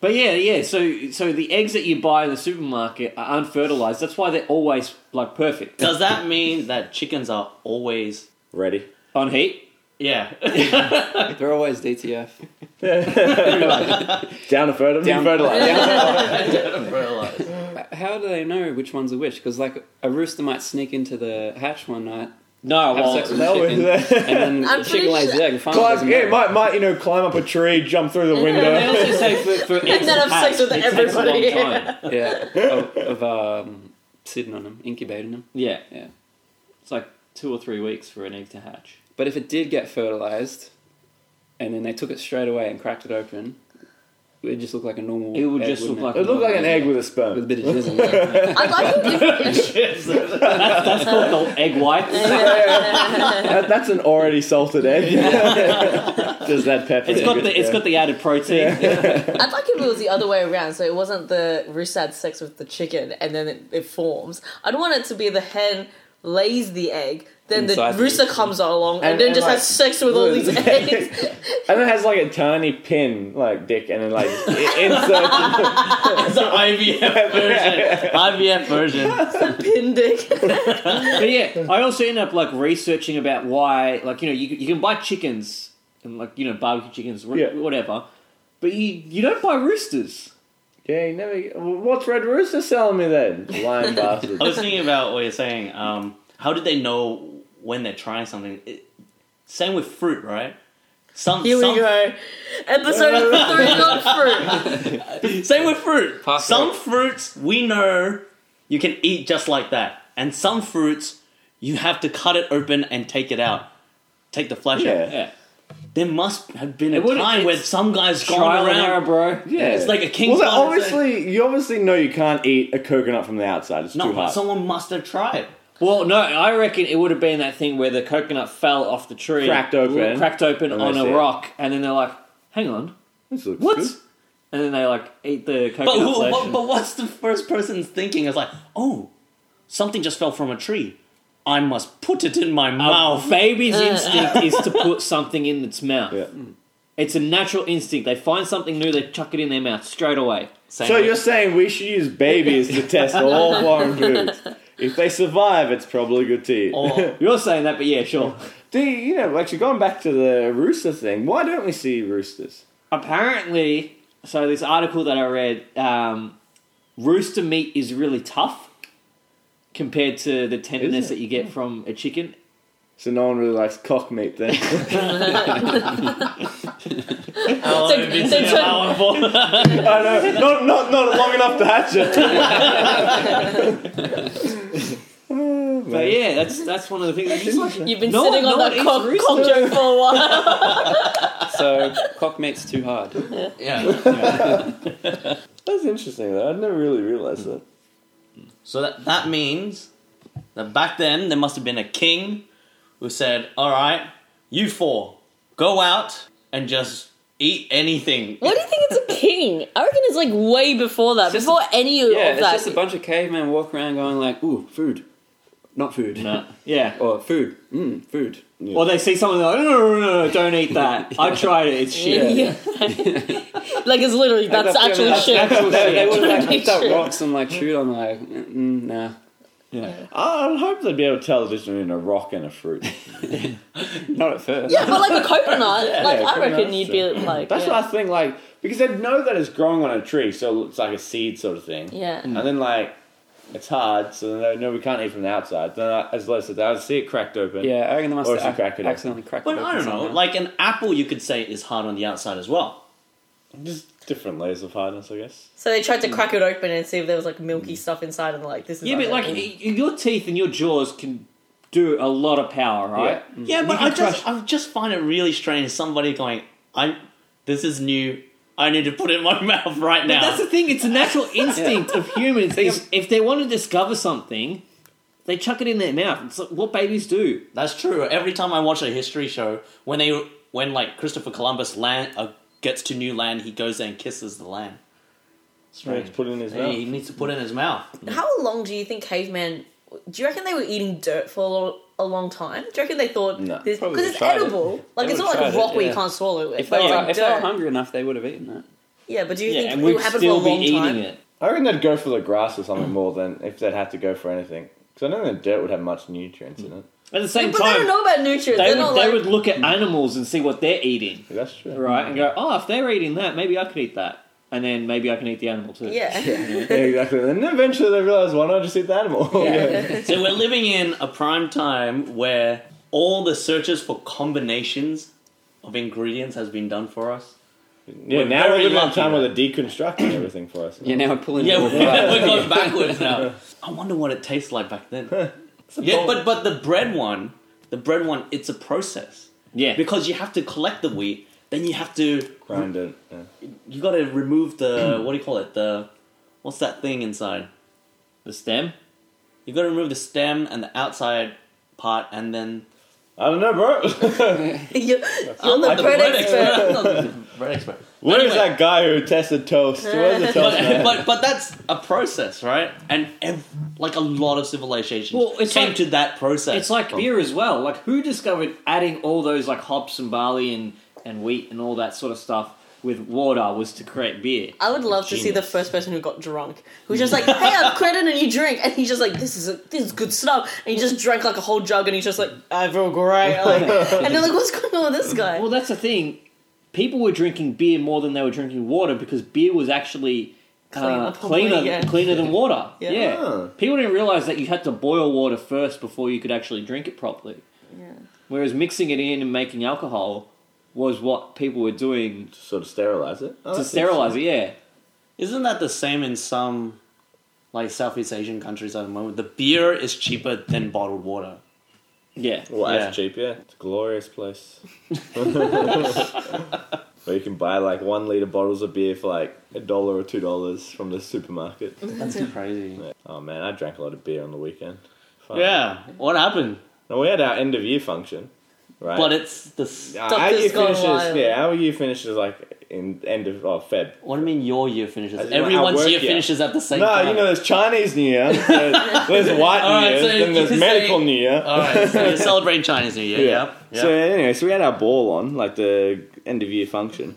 But yeah, yeah. So, so the eggs that you buy in the supermarket are unfertilized. That's why they're always like perfect Does that mean that chickens are always Ready? on heat. *laughs* yeah? They're always DTF. Down to fertile. Down- fertilized. How do they know which one's a which? Because like a rooster might sneak into the hatch one night, No, have well, sex with the that was- chicken, and then I'm the chicken pretty lays sure- the egg. And finally, it Climb, doesn't yeah, matter. might, might, you know, climb up a tree, jump through the they window. also say for, *laughs* for eggs then to have hatch, sex with it takes a everybody. long time. yeah, of, of um, sitting on them, incubating them. Yeah, Yeah, it's like two or three weeks for an egg to *laughs* hatch. but if it did get fertilized, and then they took it straight away and cracked it open, it just looked like a normal. It would egg, just wouldn't look it? like It looked like an egg with a with a sperm. bit of jizz. in *laughs* it. I like it. *laughs* if- That's called the egg white. That, that's an already salted egg. *laughs* Just that pepper. It's got the it's got the added protein. I'd like if it was the other way around, so it wasn't the roost had sex with the chicken and then it, it forms. I'd want it to be the hen lays the egg, then Inside the the rooster rooster. comes along and, And- then and just like- has sex with all *laughs* these eggs. And it has like a tiny pin, like dick, and then like i- inserts. into- It's an IVF version. IVF version. the pin dick. but yeah, I also end up like researching about why, like you know, you, you can buy chickens and like you know barbecue chickens, wh- Yeah. whatever, but you you don't buy roosters. yeah, you never. well, What's Red Rooster selling me then? Blind bastard. *laughs* *laughs* I was thinking about what you're saying. Um, how did they know when they're trying something? It, same with fruit, right? Some, Here some we go. Episode of three not fruit. Same with fruit. Pass some out. fruits we know you can eat just like that, and some fruits you have to cut it open and take it out, take the flesh out. Yeah. Yeah, There must have been a It wouldn't- time where it's some guy's trial gone and error, around. bro. Yeah, It's like a king's Well, then, Island thing. obviously, you obviously know you can't eat a coconut from the outside. It's No, too but hard. someone must have tried. Well, no, I reckon it would have been that thing where the coconut fell off the tree, Cracked open. cracked open And they on see a it. rock, and then they're like, "Hang on, This looks what?" good. And then they like eat the coconut. But, who, flesh but, and- but what's the first person's thinking? It's like, oh, something just fell from a tree. I must put it in my Our *laughs* mouth. baby's instinct is to put something in its mouth. Yeah. It's a natural instinct. They find something new, they chuck it in their mouth straight away. Same So with- you're saying we should use babies to test all foreign foods? If they survive, it's probably good to eat. Or- You're saying that, but yeah, sure. *laughs* Do you, you know, actually, going back to the rooster thing, why don't we see roosters? Apparently, so this article that I read, um, rooster meat is really tough compared to the tenderness Is it? Hmm. that you get from a chicken. So no one really likes cock meat then. *laughs* Hello, They- Vincent they turn- Powerful. I know, not, not, not long enough to hatch it. *laughs* Oh, man. But yeah, that's that's one of the things. It's just like- You've been No sitting one- on no that one cock, eats cock rooster. joke for a while. so cock meat's too hard. It *laughs* yeah. That's interesting though. I'd never really realized that. So that, that means that back then there must have been a king who said, All right, you four, go out and just eat anything. Why do you think it's a king? I reckon it's like way before that. just Before any of Yeah, it's that. just a bunch of cavemen walk around going like, "Ooh, food, not food, Yeah. or food, mm, food." Or they see someone they're like, no, no, no, no, no, don't eat *laughs* that. I tried it. It's shit. Yeah. *laughs* like it's literally that's that's- actually that's- shit. Actual They, they shit. would like Pretty picked up true. rocks and like chewed on like, mm, mm, nah. I- I'd hope they'd be able to tell the difference between a rock and a fruit. Not at first. yeah, but like a coconut, like I coconut, reckon you'd be like That's yeah. what I think. Like because they know that it's growing on a tree, so it's like a seed sort of thing. Yeah. And then like it's hard, so then they know we can't eat from the outside. Then I, as Les said, I would see it cracked open. Yeah, I reckon they must Or have if you crack it ac- open. accidentally cracked But it I open don't know, somehow. like an apple you could say is hard on the outside as well. Just different layers of hardness, I guess. So they tried to crack it open and see if there was like milky stuff inside, and like this is Yeah, but like y- your teeth and your jaws can do a lot of power, right? Yeah, but can I just, crush- I just find it really strange somebody going, I, This is new. I need to put it in my *laughs* mouth right But now. that's the thing. It's a natural *laughs* instinct of humans. Is if they want to discover something, they chuck it in their mouth. It's like what babies do. That's true. Every time I watch a history show, when they when like Christopher Columbus land uh, gets to new land, he goes there and kisses the land. Right. Put it in his Hey, he mouth. needs to put it in his *laughs* mouth. How long do you think cavemen? Do you reckon they were eating dirt for a long, a long time? Do you reckon they thought No. this Probably because it's tried it. edible? Like it's They would've not like tried a it, rock where you yeah. can't swallow it. if but they, it's were, like if they were dirt. hungry enough, they would have eaten that. yeah, but do you Yeah, think and it we'd would happen for a still be long eating time? it. I reckon they'd go for the grass or something more than if they'd have to go for anything. Because I don't think the dirt would have much nutrients in it. At the same But they time, don't know about nutrients. they, They are would not they like would look at animals and see what they're eating, That's true. right? And go, oh, if they're eating that, maybe I could eat that, and then maybe I can eat the animal too. *laughs* yeah. *laughs* *laughs* Yeah, exactly. And then eventually they realize, why not just eat the animal? *laughs* Yeah. *laughs* So we're living in a prime time where all the searches for combinations of ingredients has been done for us. yeah, We're now we're very living in a lucky, time where they're deconstructing everything for us. Yeah, now we're pulling. Yeah, *laughs* it we're, all back. we're going backwards *laughs* now. I wonder what it tastes like back then. yeah, but but the bread one, the bread one, it's a process yeah. because you have to collect the wheat, Then you have to *laughs* Grind it. Yeah. you got to remove *clears throat* the what do you call it? The what's that thing inside? The stem? You got to remove the stem and the outside part, and then I don't know, bro. *laughs* You're, you're I'm the bread expert. I'm not the *laughs* *laughs* bread expert. Where's Anyway. that guy who tested toast? Where's the *laughs* toast But, man? but but that's a process, right? And ev- like a lot of civilizations Well, it's came like- to that process. It's like beer as well. Like who discovered adding all those like hops and barley and, and wheat and all that sort of stuff with water was to create beer. I would love to see the Genius. first person who got drunk, who's just like, "Hey, I've credit and you drink," and he's just like, "This is a, this is good stuff," and he just drank like a whole jug, and he's just like, "I feel great," like, and they're like, "What's going on with this guy?" Well, that's the thing. People were drinking beer more than they were drinking water because beer was actually uh, Cleaner, probably, cleaner, yeah. cleaner than water. *laughs* Yeah. Yeah. Ah. People didn't realize that you had to boil water first before you could actually drink it properly. Yeah. Whereas mixing it in and making alcohol was what people were doing Sort of sterilize it. Oh, to sterilize it. Yeah. Isn't that the same in some like Southeast Asian countries at the moment? The beer is cheaper than bottled water. Yeah. Well, Yeah. that's cheap, yeah. It's a glorious place. *laughs* Where you can buy like one liter bottles of beer for like a dollar or two dollars from the supermarket. That's crazy. Oh man, I drank a lot of beer on the weekend. Fuck. Yeah. What happened? Now, we had our end of year function, right? But it's the. s- Uh, our Doctor's year gone finishes. wild. Yeah, our year finishes like in end of oh Feb. What do you mean your year finishes? I just went Everyone's out work, year yeah. finishes at the same No, time. you know there's Chinese New Year, there's, there's White New All right, Year, so then you there's can Medical say- New Year. All right, so you're celebrating Chinese New Year. Yeah. yeah. So anyway, so we had our ball on like the end of year function.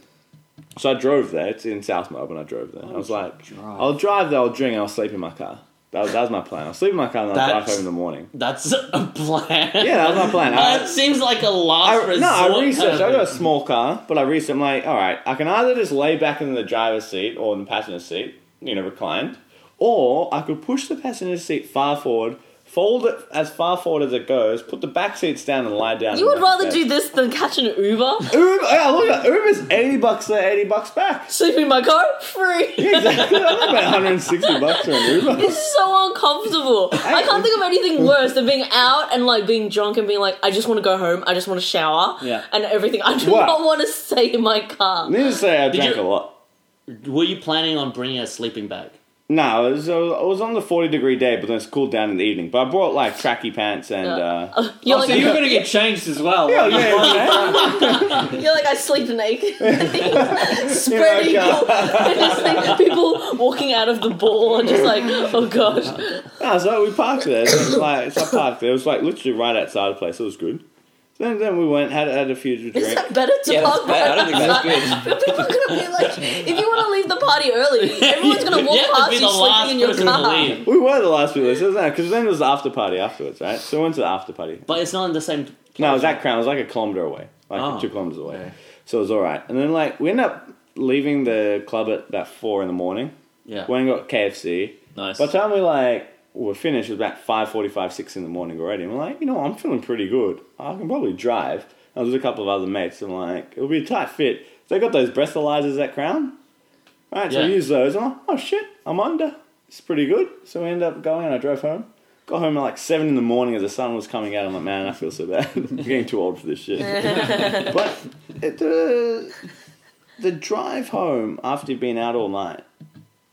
So I drove there. It's in South Melbourne. I drove there. I was like, drive. I'll drive there. I'll drink. and I'll sleep in my car. That was, that was my plan. I'll sleep in my car and I'll drive That's- home in the morning. That's a plan. *laughs* Yeah, that was my *laughs* plan. I- that seems like a I, last resort. no, I kind researched. of I got a thing. small car, but I researched. I'm like, all right, I can either just lay back in the driver's seat or in the passenger seat, you know, reclined, or I could push the passenger seat far forward, fold it as far forward as it goes, put the back seats down, and lie down. You and would rest rather there. do this than catch an Uber, Uber, yeah, look at Uber's eighty bucks there, eighty bucks back. *laughs* sleep in my car, free. *laughs* Yeah, exactly. I'm about 160 bucks for an Uber. This is so uncomfortable. I can't think of anything worse than being out and like being drunk and being like, I just want to go home. I just want to shower. Yeah. And everything. I do Wow. not want to stay in my car. Needless to say, I drank you- a lot. Were you planning on bringing a sleeping bag? No, it was, I was- I was on the 40 degree day, but then it's cooled down in the evening. But I brought like tracky pants and. Uh, *laughs* You're Oh, like, so you were going to get changed as well. *laughs* yeah, Like, yeah, man. You're like I *laughs* sleep naked. Spread Yeah, eagle. *laughs* I just think people walking out of the ball are just like, oh gosh. No, so we parked there. So it was like, so I parked there. It was like literally right outside the place. It was good. Then, then we went, had, had a few Is drinks. that better to Yeah, that's park bad. I don't think that's good. But people are gonna be like, if you want to leave the party *laughs* early, everyone's gonna walk You have to past be you the last sleeping in your person to car. leave. We were the last people. So because then there was the after party afterwards, right? So we went to the after party. But it's not in the same. No, it was that crown. It was like a kilometer away, like Oh. two kilometers away. So it was all right. And then like we ended up leaving the club at about four in the morning. Yeah. Went and got KFC. Nice. By the time we like were finished, it was about five forty-five, six in the morning already. And we're like, you know, I'm feeling pretty good. I can probably drive. I was with a couple of other mates, and like it'll be a tight fit. They got those breathalyzers at Crown, right? So Yeah. we use those. I'm like, oh shit, I'm under. It's pretty good. So we ended up going. and I drove home. Got home at like seven in the morning as the sun was coming out. I'm like, man, I feel so bad. *laughs* I'm getting too old for this shit. but it, the the drive home after you've been out all night,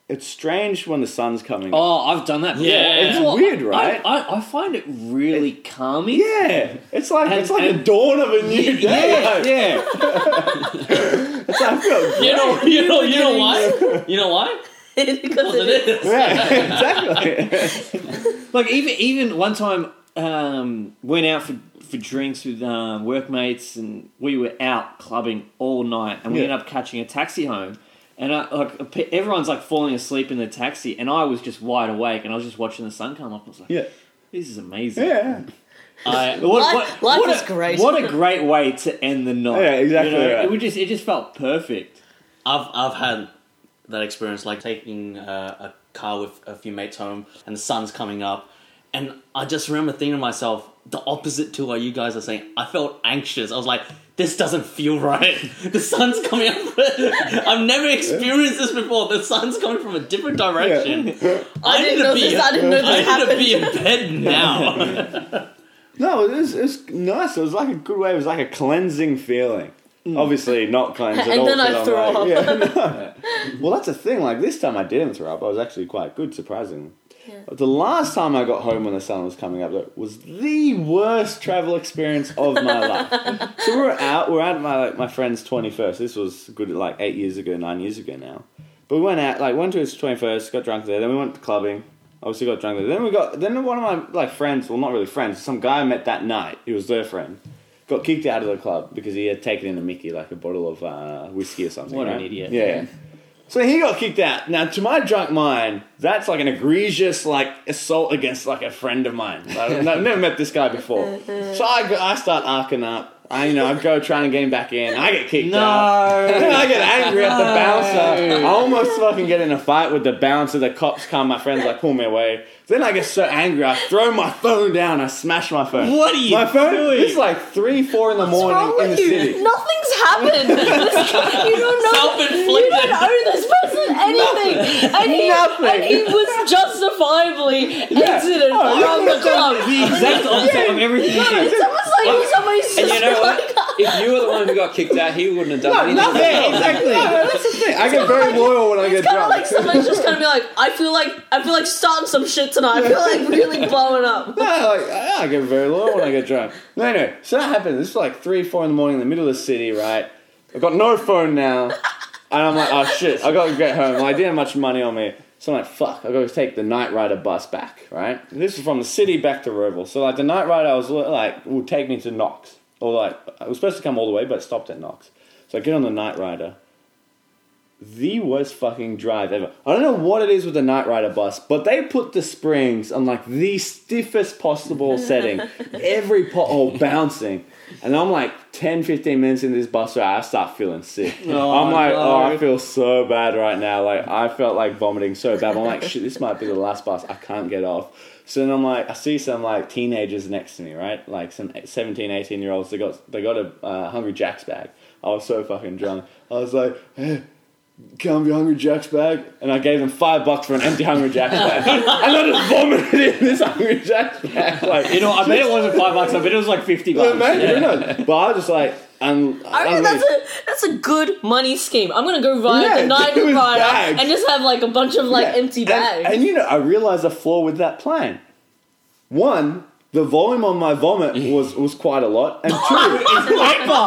it's strange when the sun's coming. up. Oh, I've done that. Before. Yeah. It's weird, right? I, I, I find it really calming. Yeah, it's like And- it's like the and- dawn of a new day. Yeah, Like, yeah. It's like, I feel You know, you know, *laughs* you know why? You know why? *laughs* because Because it it is. is. yeah, exactly. *laughs* Like even even one time um, went out for for drinks with um, workmates and we were out clubbing all night and we Yeah. ended up catching a taxi home and I, like pe- everyone's like falling asleep in the taxi and I was just wide awake and I was just watching the sun come up. I was like, Yeah, this is *laughs* amazing. yeah. I, What, Life- life what is a, great. What a great way to end the night. Yeah, exactly right. It would just it just felt perfect. I've I've had that experience, like taking uh, a car with a few mates home, and the sun's coming up, and I just remember thinking to myself, the opposite to what you guys are saying. I felt anxious. I was like, this doesn't feel right. *laughs* The sun's coming up. *laughs* I've never experienced this before. The sun's coming from a different direction. I, I need didn't to know be. this. I didn't know I this need to happened. be in bed now. *laughs* No, it was, it was nice. It was like a good way. It was like a cleansing feeling. Obviously, not claims at Mm. *laughs* And all. then I 'cause I'm throw like- up. yeah, no. *laughs* *laughs* Well, that's the thing. Like this time, I didn't throw up. I was actually quite good, surprisingly. But The last time I got home when the sun was coming up though, was the worst travel experience of *laughs* my life. so we were out. We we're at my my friend's twenty first. This was good, like eight years ago, nine years ago now. But we went out, like went to his twenty first, got drunk there. Then we went clubbing. Obviously got drunk there. Then we got then one of my like friends, well not really friends, some guy I met that night. He was their friend. Got kicked out of the club because he had taken in a Mickey, like a bottle of uh, whiskey or something. What an right? idiot. Yeah. yeah. So he got kicked out. Now, to my drunk mind, that's like an egregious like assault against like a friend of mine. Like, I've never never met this guy before. So I, go- I start arcing up. I you know I go trying to get him back in. I get kicked out. Then I get angry at the *laughs* bouncer. I almost fucking get in a fight with the bouncer. The cops come. My friends like pull me away. Then I get so angry. I throw my phone down. I smash my phone. What are you My phone. doing? It's like three, four in the What's morning wrong in the with you? city. Nothing's *laughs* happened. *laughs* This guy- you don't know. You Self-inflicted. don't owe this person anything. And he, Nothing. and he was justifiably exited Oh, look from at the club. The exact opposite of everything you It's did. almost like somebody's And just *laughs* you know like, what? If you were the one who got kicked out, he wouldn't have done anything. Yeah, exactly. that's the thing. I get very loyal when I get it's kind of drunk. like someone's just kind of be like, I feel like I feel like starting some shit tonight. I feel *laughs* like really blowing up. no, like, I, I get very loyal when I get drunk. No, anyway, so that happened. This is like 3, 4 in the morning in the middle of the city, right? I've got no phone now. And I'm like, oh shit, I gotta get home. Well, I didn't have much money on me. So I'm like, fuck, I gotta take the night rider bus back, right? And this is from the city back to Roval. So like the night rider I was li- like will take me to Knox. Or like I was supposed to come all the way, but it stopped at Knox. So I get on the night rider. The worst fucking drive ever. I don't know what it is with the Night Rider bus, but they put the springs on like the stiffest possible setting. Every pothole bouncing. And I'm like 10, 15 minutes in this bus ride, I start feeling sick. I'm like, no. oh, I feel so bad right now. Like, I felt like vomiting so bad. I'm like, shit, this might be the last bus. I can't get off. So then I'm like, I see some like teenagers next to me, right? Like some 17, 18 year olds. They got, they got a uh, Hungry Jack's bag. I was so fucking drunk. I was like, can I have your Hungry Jack's bag? And I gave them five bucks for an empty Hungry Jack's bag. *laughs* and I just vomited in this Hungry Jack's bag. Like, You know, I bet it wasn't five bucks. I bet it was like fifty Well, bucks. maybe, who knows? But I was just like, un- I reckon that's a that's a good money scheme. I'm gonna go ride Yeah, the night do it with rider bags. and just have like a bunch of like Yeah. empty And- bags. And, you know, I realized a flaw with that plan. One, the volume on my *laughs* vomit was was quite a lot, and two, paper.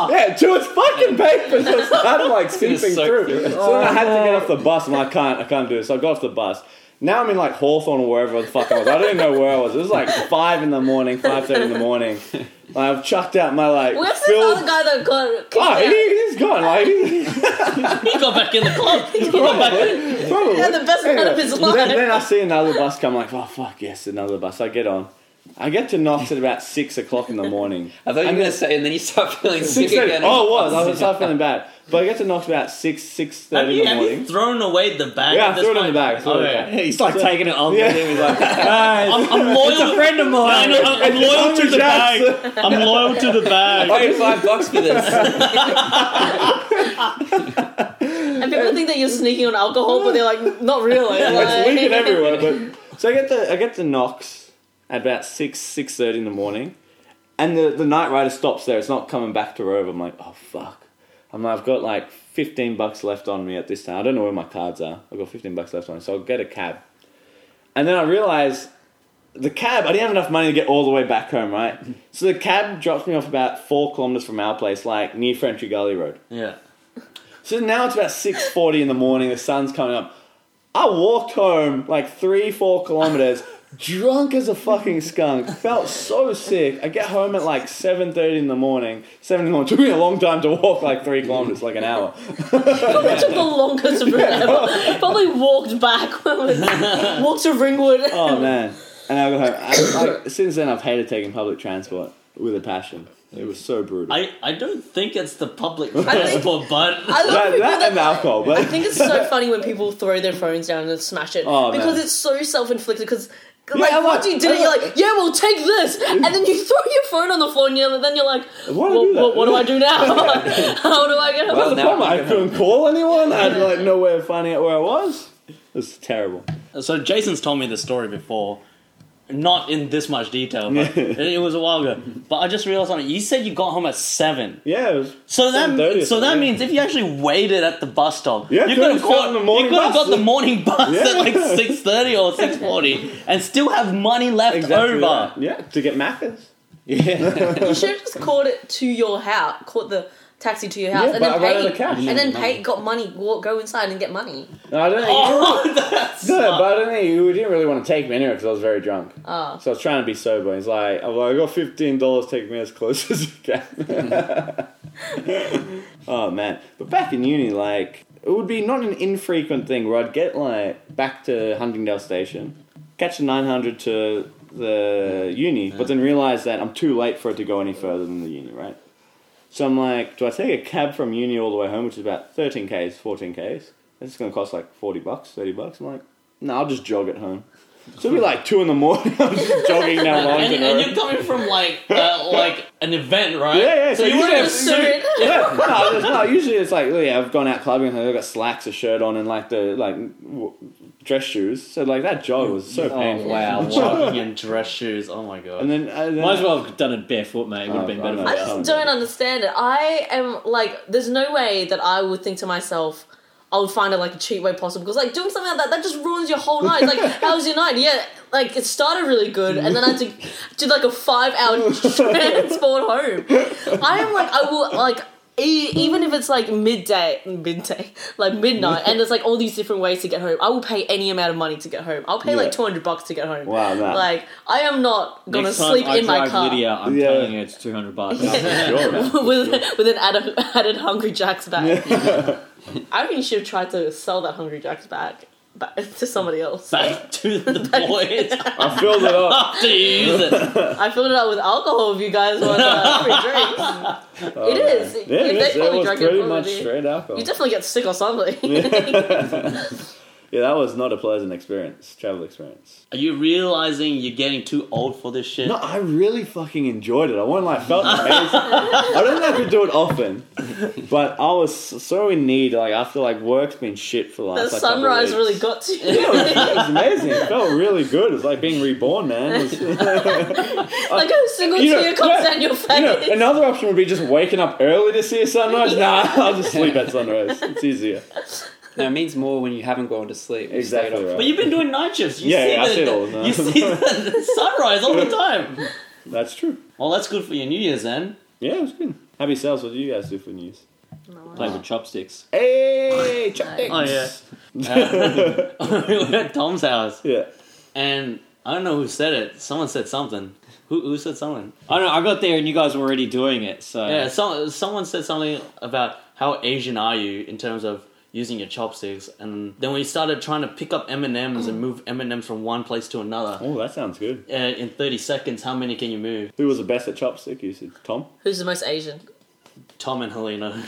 Yeah, two, it's fucking paper. So it *laughs* started like seeping soak through. through. So then I had to get Oh. off the bus. I'm like, I can't, I can't do this. So I got off the bus. Now I'm in like Hawthorne or wherever the fuck I was. I don't even know where I was. It was like five in the morning, five thirty in the *laughs* morning. I've chucked out my like. Where's this filled- other guy that got? Oh, he, he's gone. Like, he's, He got back in the club. *laughs* He got back in. Probably. had the best night of his life. Then, then I see another bus come. Like, oh fuck, yes, another bus. I get on. I get to Knox at about six o'clock in the *laughs* morning. I thought you were going to say, and then you start feeling sick Six thirty. again. Oh, it was. I was start feeling bad. But I get to Knox about six, six Have thirty you, in the have morning. you thrown away the bag? Yeah, at I this threw it in point? the bag, I threw it in the Okay. bag. He's like taking it on. Yeah. *laughs* Yeah. He's like, guys, I'm, I'm loyal. it's a friend of I mine. know, I'm, I'm loyal to the bag. I'm loyal to *laughs* the I bag. paid five bucks for this. *laughs* And people think that you're sneaking on alcohol, but they're *laughs* like, not really. It's like- *laughs* leaking everywhere. But so I get the I get the knocks at about six six thirty in the morning, and the the night rider stops there. It's not coming back to Rover. I'm like, oh fuck. I'm like, I've got like fifteen bucks left on me at this time. I don't know where my cards are. I've got fifteen bucks left on me, so I'll get a cab. And then I realize the cab. I didn't have enough money to get all the way back home, right? So the cab drops me off about four kilometers from our place, like near Frenchy Gully Road. Yeah. So now it's about six forty in the morning. The sun's coming up. I walked home like three, four kilometers, drunk as a fucking skunk. Felt so sick. I get home at like seven thirty in the morning. Seven in the morning. *laughs* Took me a long time to walk like three kilometers, like an hour. Probably took the *laughs* longest route ever. Probably walked back. *laughs* walked to Ringwood. Oh man! And I got home. I, I, since then, I've hated taking public transport with a passion. It was so brutal. I, I don't think it's the public think- transport, but I love that, people that, that and alcohol, I but think it's *laughs* so funny when people throw their phones down and smash it Oh, because man. it's so self-inflicted. Because Yeah, like I'm once like- you did I'm it, you're like- like, yeah, well, take this, and then you throw your phone on the floor, and you're, then you're like, Why did I "Well, do that?" what, what do I do *laughs* now? How do I get home? that's the now problem. I'm I couldn't call anyone. I had like no way of finding out where I was. It was terrible. so Jason's told me this story before. not in this much detail, *laughs* but it was a while ago. But I just realized something. You said you got home at seven, Yeah, it was so that 7:30, so that yeah. means if you actually waited at the bus stop, Yeah, could've you could have just caught gotten the you morning could have bus. got the morning *laughs* bus at Yeah. like six thirty or six forty, and still have money left exactly over. that. Yeah, to get Macca's. You should have just called it to your house, caught the taxi to your house, Yeah, and but then I ran out paid, of cash. and then Mm. pay, got money. Go, go inside and get money. No, I don't think. Oh, *laughs* that's No, but I don't think you didn't really want to take me anywhere because I was very drunk. Oh. So I was trying to be sober. He's like, I'm like, I got fifteen dollars. Take me as close *laughs* as you can. oh man! But back in uni, like it would be not an infrequent thing where I'd get like back to Huntingdale Station, catch the nine hundred to the uni, but then realize that I'm too late for it to go any further than the uni, right? So I'm like, do I take a cab from uni all the way home, which is about 13 k's, 14 k's? It's going to cost like 40 bucks, 30 bucks. I'm like, no, I'll just jog at home. So it'll be like two in the morning. *laughs* I'm just jogging *laughs* down and, and Longdon you're Road. coming from like uh, like an event, right? Yeah, yeah, So so you you would should have have- Soon. Yeah, no, it's- no, usually it's like, oh yeah, I've gone out clubbing and I've got slacks, a shirt on, and like the like w- dress shoes. So like that jog was so Oh, painful. *laughs* wow, jogging in dress shoes. Oh my god. And then, uh, then Might as well have done it barefoot, mate. It would have Oh, been I better. know. for I you. just don't understand it. I am like, there's no way that I would think to myself, I would find it like a cheat way possible because like doing something like that that just ruins your whole *laughs* night. Like, how was your night? Yeah, like it started really good, and then I had to do like a five *laughs* hour transport home. I am like, I will like. e- Even if it's like midday, midday, like midnight, and there's like all these different ways to get home, I will pay any amount of money to get home. I'll pay Yeah. like 200 bucks to get home. Wow, man. *laughs* Like, I am not gonna Next time sleep I in my drive car Lydia, I'm Yeah. telling you, it's two hundred *laughs* bucks. Sure, man. with with an added, added Hungry Jack's bag. I reckon you should have tried to sell that Hungry Jack's bag back to somebody else. *laughs* back to the boys I filled it up. after you use it. I filled it up with alcohol if you guys want uh, free *laughs* drinks. it is. Oh, Yeah, it is. If they It probably was drank it, pretty probably much did. straight alcohol. You definitely get sick or something. *laughs* *laughs* Yeah, that was not a pleasant experience, travel experience. Are you realizing you're getting too old for this shit? No, I really fucking enjoyed it. I went like felt my hands. I don't think I could do it often, but I was so in need. Like after like work's been shit for the the last. like, couple sunrise weeks. really *laughs* got to Yeah, you. it was, it was amazing. It felt really good. It's like being reborn, man. It was- *laughs* like a single uh, You know, tear comes yeah, down your you face. know, another option would be just waking up early to see a sunrise. Nah, I'll just sleep at sunrise. It's easier. No, it means more when you haven't gone to sleep. You stayed Exactly up. right. But you've been doing night shifts. You Yeah, see yeah, I the, see it all the time. You see *laughs* the sunrise all the time. That's true. Well, that's good for your New Year's then. Yeah, it was good. Happy sales. What do you guys do for news? Play with chopsticks. Hey, chopsticks. Oh yeah. Uh, *laughs* we were at Tom's house, Yeah. and I don't know who said it. Someone said something. Who, who said something? I don't know. I got there and you guys were already doing it, Uh, so Yeah, some, someone said something about how Asian are you in terms of using your chopsticks, and then we started trying to pick up M and M's and move M and M's from one place to another. Oh, that sounds good. Uh, in thirty seconds, how many can you move? Who was the best at chopstick usage? Tom. Who's the most Asian? Tom and Helena.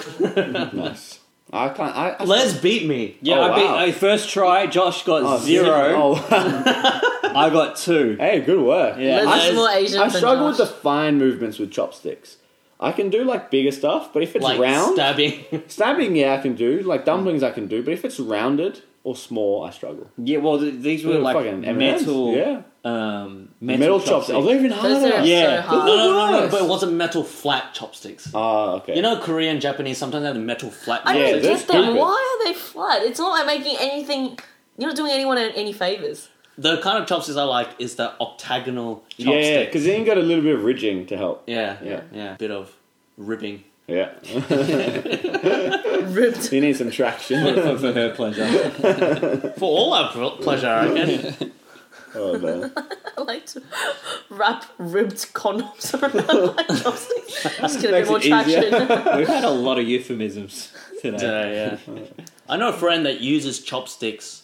*laughs* Nice. I can't. I, I Les beat me. Yeah, Oh, I beat wow. I first try. Josh got oh, zero. Oh, I got two. hey, good work. Yeah. Let's I- more Asian I than struggle with Josh. the fine movements with chopsticks. I can do like bigger stuff, but if it's Like round, *laughs* stabbing. stabbing, yeah, I can do. Like dumplings, I can do, but if it's rounded or small, I struggle. Yeah, well, th- these were They're like fucking M&Ms, metal, yeah. um, metal, Metal chopsticks. chopsticks. Oh, they're even Those are harder. Yeah. so hard. No, no, no, no, Nice. but it wasn't metal flat chopsticks. Ah, okay. You know, Korean, Japanese sometimes have the metal flat I Yeah, don't chopsticks. they're get them. stupid. Why are they flat? It's not like making anything. You're not doing anyone *laughs* any favors. The kind of chopsticks I like is the octagonal yeah, yeah, chopstick. because then you got a little bit of ridging to help. Yeah, yeah, Yeah. yeah. Bit of ribbing. Yeah, *laughs* Ripped. you need some *laughs* traction. *laughs* for, for her pleasure. For all our pl- pleasure, *laughs* I reckon. oh no. *laughs* I like to wrap ribbed condoms *laughs* *laughs* around my chopsticks. Just get a Makes bit more it easier. traction. We've had a lot of euphemisms So, today. yeah. I know a friend that uses chopsticks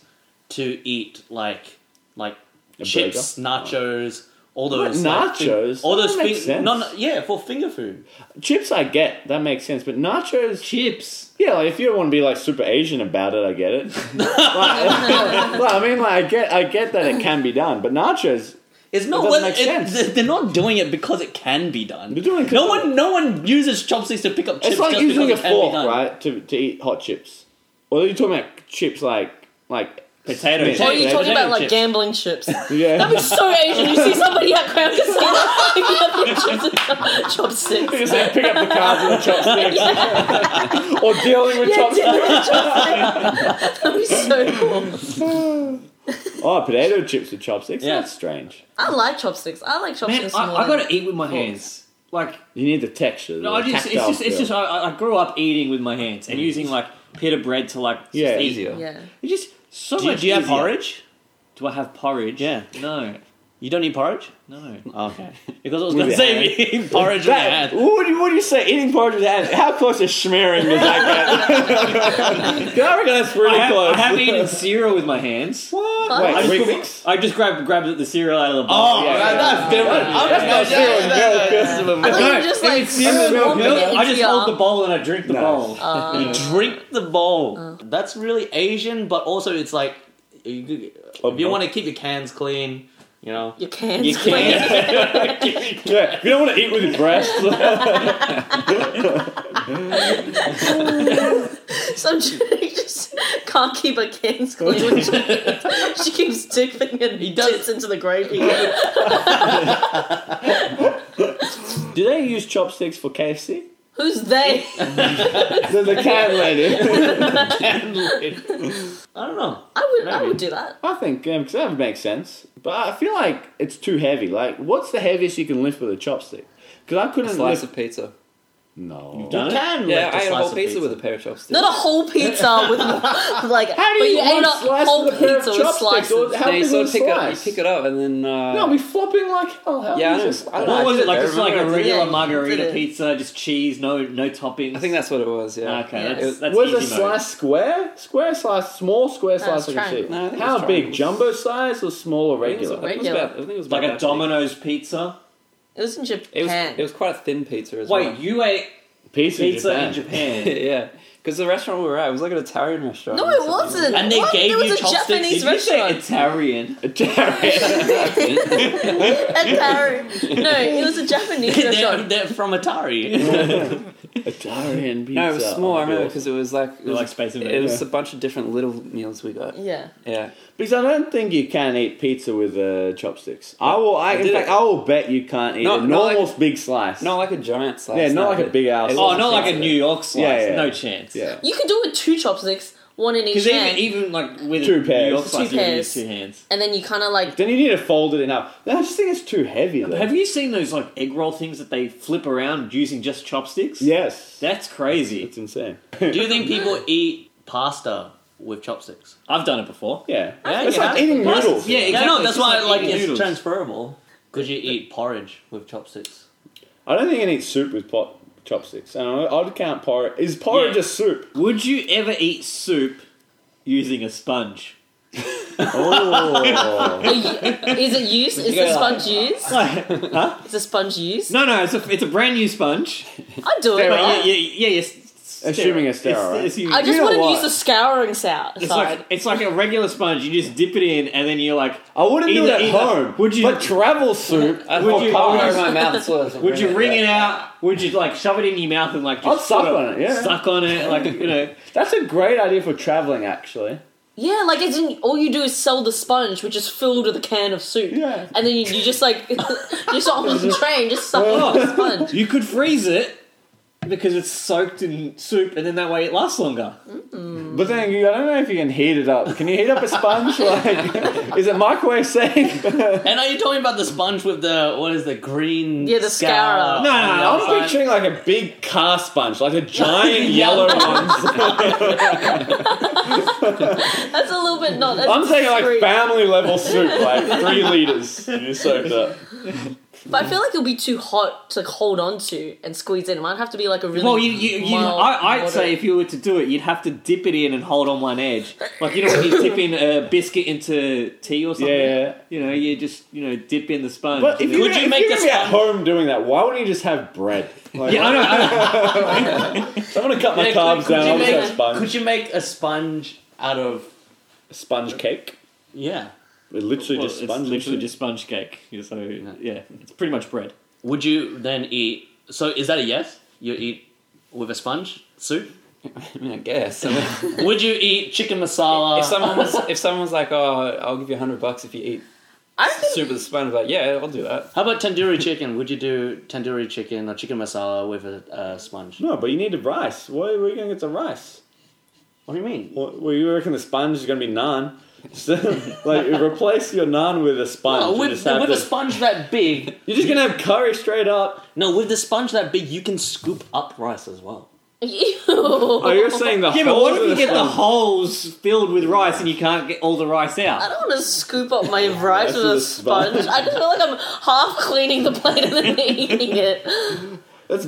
to eat like like A chips, nachos, all What, those like, fing- nachos? all That those makes things. sense. No, no, yeah, for finger food. Chips, I get that makes sense, but nachos, Chips. Yeah, like if you want to be like super Asian about it, I get *laughs* it. like, well, I mean, like I get, I get that it can be done, but nachos, It's not doesn't what make it- sense. th- they're not doing it because it can be done. They're doing it 'cause no it- one, no one uses chopsticks to pick up chips. it's like just because using a it can be fork, done. right, to to eat hot chips. Or are you talking about chips like like Potato Smith. chips. Or are Oh, you Potato talking about like chips. gambling *laughs* chips? That'd Yeah. be so Asian. You see somebody at Crown Casino, picking up their chips and *laughs* chopsticks. *laughs* Just like pick up the cards and the chopsticks. *laughs* or dealing with Yeah, chopsticks. dinner and chopsticks. *laughs* That'd be so cool. Oh, potato chips with chopsticks? Yeah. That's strange. I like chopsticks. I like Man, chopsticks I, more. I than- gotta eat with my hands. Like You need the texture. no, I just it's just it's just I- I, I grew up eating with my hands and using like pita bread to like just Yeah. eat. Easier. Yeah. It's just so Do you, much. do you have easier. porridge? Do I have porridge? Yeah. No. You don't eat porridge? No. *laughs* Okay. Because I was With going to your hand. *laughs* say eating porridge with your That, hand. what, do you, what do you say? Eating porridge with hands. How close to schmearing does that get? 'Cause I reckon that's I really have, close. I have eaten cereal with my hands. What? I Wait, just we- put- mix? I just grabbed grabbed the cereal out of the Oh, bowl. yeah. that- that's different. That's not cereal and milk. That's- I thought you were just like milk, swamping No, it I into just your hold the arm. bowl and I drink the Nice. bowl. Oh, You drink the bowl. That's really Asian, but also it's like you- *laughs* if you want to keep your cans clean, you know. Your cans. You can. Yeah, you don't want to eat with your breasts. *laughs* Some chick just can't keep her cans clean. *laughs* when she- she keeps dipping her does- tits into the *laughs* gravy. do they use chopsticks for KFC? Who's they? There's a can lady. I don't know. I would. I Maybe. would do that. I think because that would make sense, but I feel like it's too heavy. Like, what's the heaviest you can lift with a chopstick? Because I couldn't Slice lift. of pizza. No. done You it? can Yeah, lift I ate a slice whole of pizza, with a pair of chopsticks. Not a whole pizza with *laughs* like. How do but you, you eat ate a slice whole with a pair of pizza with chopsticks? Or slices. how No, you big sort was of pick, up, you slice? pick it up and then. Uh, No, we flopping like hell. How Yeah, I do you know. just- I What was it like? I Just like a remember it. regular Yeah, margarita did it. pizza, just cheese, no no toppings. I think that's what it was, yeah. okay. Yeah. That's, that's was a easy mode. slice square? Square slice, small square slice it's like a sheep. triangle. No, I think How it's big? triangles. Jumbo size or small or I think it was- regular? I think it was Regular. about- I think it was like about a that big. Domino's pizza. It was in It was, Japan. it was quite a thin pizza as well. Wait, you ate Pizza, in pizza in Japan. *laughs* Japan? yeah, because the restaurant we were at was like an Italian restaurant. no, or it something. wasn't. And they What? gave It was you a chopsticks. Did Japanese you say restaurant. Italian? At Paris. No, it was a Japanese they're, restaurant. they're *laughs* from Atari. *laughs* Italian pizza. *laughs* No, it was small. I remember Oh, because it was like it was, like Space it was Invaders. a bunch of different little meals we got. Yeah. Yeah, Because I don't think you can eat pizza with uh, chopsticks. I will. I, in did fact, it. I will bet you can't eat Not- a not like- normal big slice. not like a giant slice. Yeah, not no, like a but big ass it slice. Oh, was not like a pizza. New York slice. Yeah, yeah. No chance. yeah. You could do it with two chopsticks, one in each Because hand, even, even like with Two a New pairs. York Two slice, you would use pairs. two hands. and then you kind of like. Then you need to fold it in up. No, I just think it's too heavy. Though. Have you seen those like egg roll things that they flip around using just chopsticks? Yes, That's crazy. it's insane. Do you think *laughs* people eat pasta with chopsticks? I've done it before. Yeah, Yeah, it's you like have- eating Plus- noodles. Yeah, exactly. No, no, that's just why like, eating it's noodles. transferable. Could you eat porridge with chopsticks? I don't think you can eat soup with pot chopsticks. And I- I'd count porridge. Is porridge Yeah. a soup? Would you ever eat soup using a sponge? *laughs* Oh, Are you- is it used? Is go the like- sponge used? no, Is the sponge used? no, it's a, it's a brand new sponge. I'd do it. But yeah. yeah, yeah, yeah, yeah, it's Assuming sterile. it's sterile, right? assuming- I just know wouldn't what? use the scouring sou- it's side. like it's like a regular sponge. You just dip it in, and then you're like, I wouldn't do Either- it at either- home. would you- But travel soup. *laughs* I Would would you- you would over you- my mouth? so it's- would you wring it out? Would you like shove it in your mouth and like just I'd suck sort of on it, yeah. suck on it, like you know. That's a great idea for traveling, actually. yeah, like it's in, all you do is sell the sponge, which is filled with a can of soup. Yeah. And then you, you just like, *laughs* you're just on *laughs* the train, just suck on the *laughs* sponge. You could freeze it because it's soaked in soup, and then that way it lasts longer. But then you, I don't know if you can heat it up. Can you heat up a sponge? *laughs* Like, is it microwave *laughs* safe? And are you talking about the sponge with the what is the green? Yeah, the scour? scour. No, no, no, I'm picturing like a big car sponge, like a *laughs* giant yellow one. That's a little bit not. I'm saying like discreet. family level soup, like *laughs* three liters. You soaked up. But I feel like it'll be too hot to hold on to and squeeze in. It might have to be like a really. Well, you, you, you mild, I, I'd moderate- say if you were to do it, you'd have to dip it in and hold on one edge. Like, you know, when you dip in a biscuit into tea or something? Yeah. You know, you just, you know, dip in the sponge. But if And you, then- if make you're the gonna be at sponge- home doing that, why wouldn't you just have *laughs* bread? Like, yeah, I know, I I'm gonna cut my Yeah, carbs could, could down. you I'll just make, have sponge, Could you make a sponge out of sponge cake. yeah? It literally know. Well, just it's sponge. literally just sponge cake. Yeah, So, yeah, it's pretty much bread. Would you then eat? So is that a yes? You eat with a sponge soup? I mean, I guess. I mean, Would you eat chicken masala? Oh. if someone was, if someone was like, "Oh, I'll give you hundred bucks if you eat I think *laughs* soup with a spoon," I'd be like, "Yeah, I'll do that." How about tandoori chicken? Would you do tandoori chicken or chicken masala with a uh, sponge? No, but you need the rice. Where are we going to get the rice? What do you mean? What, well, you reckon the sponge is going to be naan? *laughs* So, *laughs* like, you replace your naan with a sponge. No, and with, just have with a to- sponge that big. You're just going to have curry straight up. No, with the sponge that big, you can scoop up rice as well. Oh, you're saying the Yeah, but whole what if of you get the sponge- holes filled with rice and you can't get all the rice I out? don't want to scoop up my rice with with a a sponge. I just feel like I'm half cleaning the plate and then eating it. That's,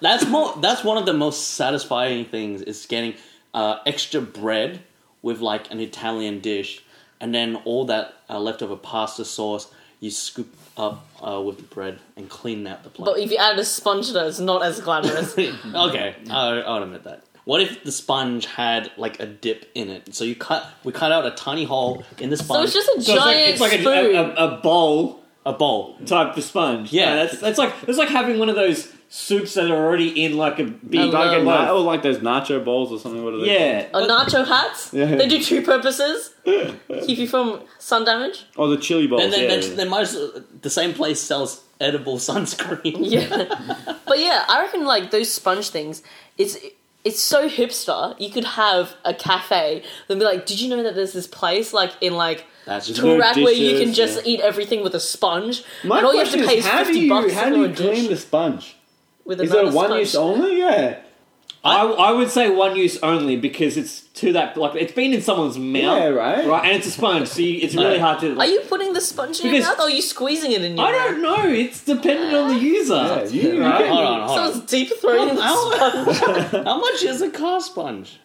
That's more. That's one of the most satisfying things is getting uh, extra bread with like an Italian dish, and then all that uh, leftover pasta sauce you scoop up uh, with the bread and clean out the plate. But if you add a sponge to it, it's not as glamorous. *laughs* okay, I, I'll admit that. What if the sponge had like a dip in it? So you cut, we cut out a tiny hole in the So sponge. it's just a So giant it's like, it's like spoon. a, a, a, a bowl a bowl. type of sponge. Yeah. that's that's like it's like having one of those soups that are already in like a big Oh, like, no. a na- oh, like those nacho bowls or something. What are they? yeah. Or nacho hats. Yeah. They do two purposes: keep you from sun damage. Oh, the chili bowls. And then, yeah, then, yeah. then most the same place sells edible sunscreen. Yeah, but yeah, I reckon like those sponge things. It's it's so hipster. You could have a cafe and be like, "Did you know that there's this place like in like That's just No Iraq where you dishes, can just eat everything with a sponge, and all you have to question pay is how do fifty you, bucks How to do do you a clean dish the sponge? with Is amount it of one sponge. use only? Yeah. I, I would say one use only because it's to that like it's been in someone's mouth, Yeah, right? Right, and it's a sponge, so you, it's really hard to. Are you putting the sponge in your Because- mouth, or are you squeezing it in your I mouth? don't know. It's dependent on the user. Yeah, you, you Right, can- Hold on, hold on. Someone's deep throating the How- *laughs* sponge. How much is a car sponge?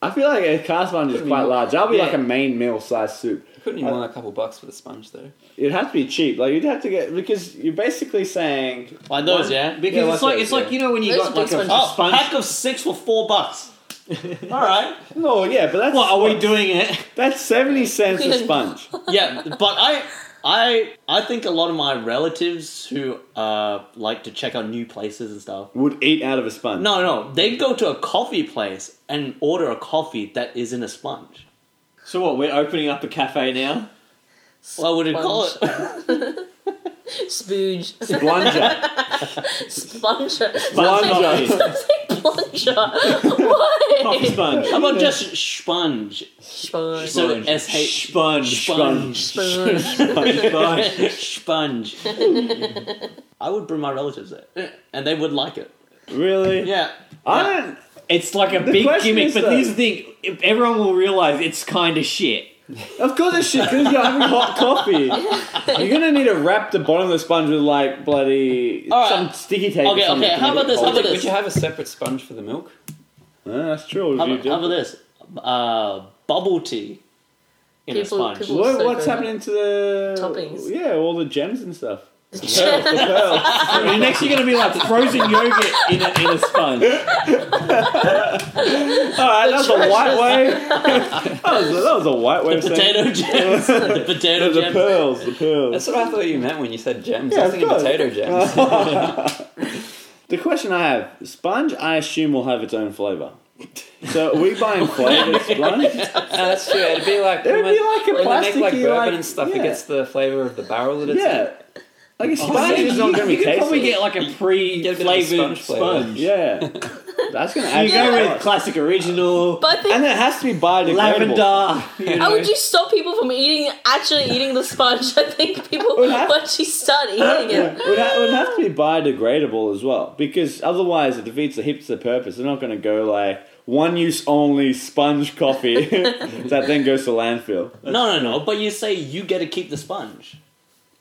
I feel like a cast sponge is quite large. That'll be Yeah. like a main meal size soup. Couldn't you want a couple bucks for the sponge though? It'd have to be cheap. Like you'd have to get because you're basically saying Like those, One- yeah. Because Yeah, like it's like those, it's like yeah. you know when you Those got like big a, Oh, sponge. pack of six for four bucks. All right. no, yeah, but that's What are we doing it? That's seventy *laughs* cents a Clean. sponge. Yeah, but I, I, I think a lot of my relatives who uh, like to check out new places and stuff. Would eat out of a sponge. No, no, they go to a coffee place and order a coffee that isn't a sponge. So what? We're opening up a cafe now. What would you call it? *laughs* Spooge. *laughs* Blunger. Splunger. *laughs* Blunger. Plunger. Why? *laughs* Coffee sponge. How about just sponge? Sponge. So Sponge. S H Sponge. sponge Sponge. Sponge. sponge. I would bring my relatives there, and they would like it. really? Yeah. I don't. It's like a The big question gimmick, is, but though- here's the thing: if everyone will realize it's kind of shit. Of course it's shit because you're having hot *laughs* coffee. You're gonna need to wrap the bottom of the sponge with like bloody All right. some sticky tape. or Okay, something okay, to how make about it this, how hold about it. this? Would you have a separate sponge for the milk? Uh, that's true. How You about, do- how about this? Uh, bubble tea in People- a sponge. people- What, So what's good. happening to the Toppings. Yeah, all the gems and *laughs* stuff. Sponge. I mean, next you're gonna be like frozen yogurt in a, in a *laughs* sponge. All right, that was a white way. *laughs* *laughs* that, was, that was a white way of saying. *laughs* Potato gems. the potato The gems. pearls, the pearls. That's what I thought you meant when you said gems. Yeah, Uh, I of was thinking course. *laughs* potato gems. The question I have: sponge, I assume will have its own flavor. So are we buying flavored *laughs* sponge? No, *laughs* that's true. It'd be like It'd be like a when they make like plasticky, bourbon like- and stuff. yeah. It gets the flavor of the barrel that it's in. Yeah, like Oh, a sponge is not going to you be could probably tasty. get like a Get a bit of a pre-flavored sponge flavour. sponge. Yeah, that's going to add. You go to it. with classic original But I think, and it has to be biodegradable. lavender. You how know. would you stop people from eating, actually eating the sponge? I think people would have- actually start eating it. It would, ha- it would have to be biodegradable as well, because otherwise it defeats the hipster purpose. They're not going to go like one use only sponge *laughs* coffee that then goes to landfill. No, no, no. But you say you get to keep the sponge.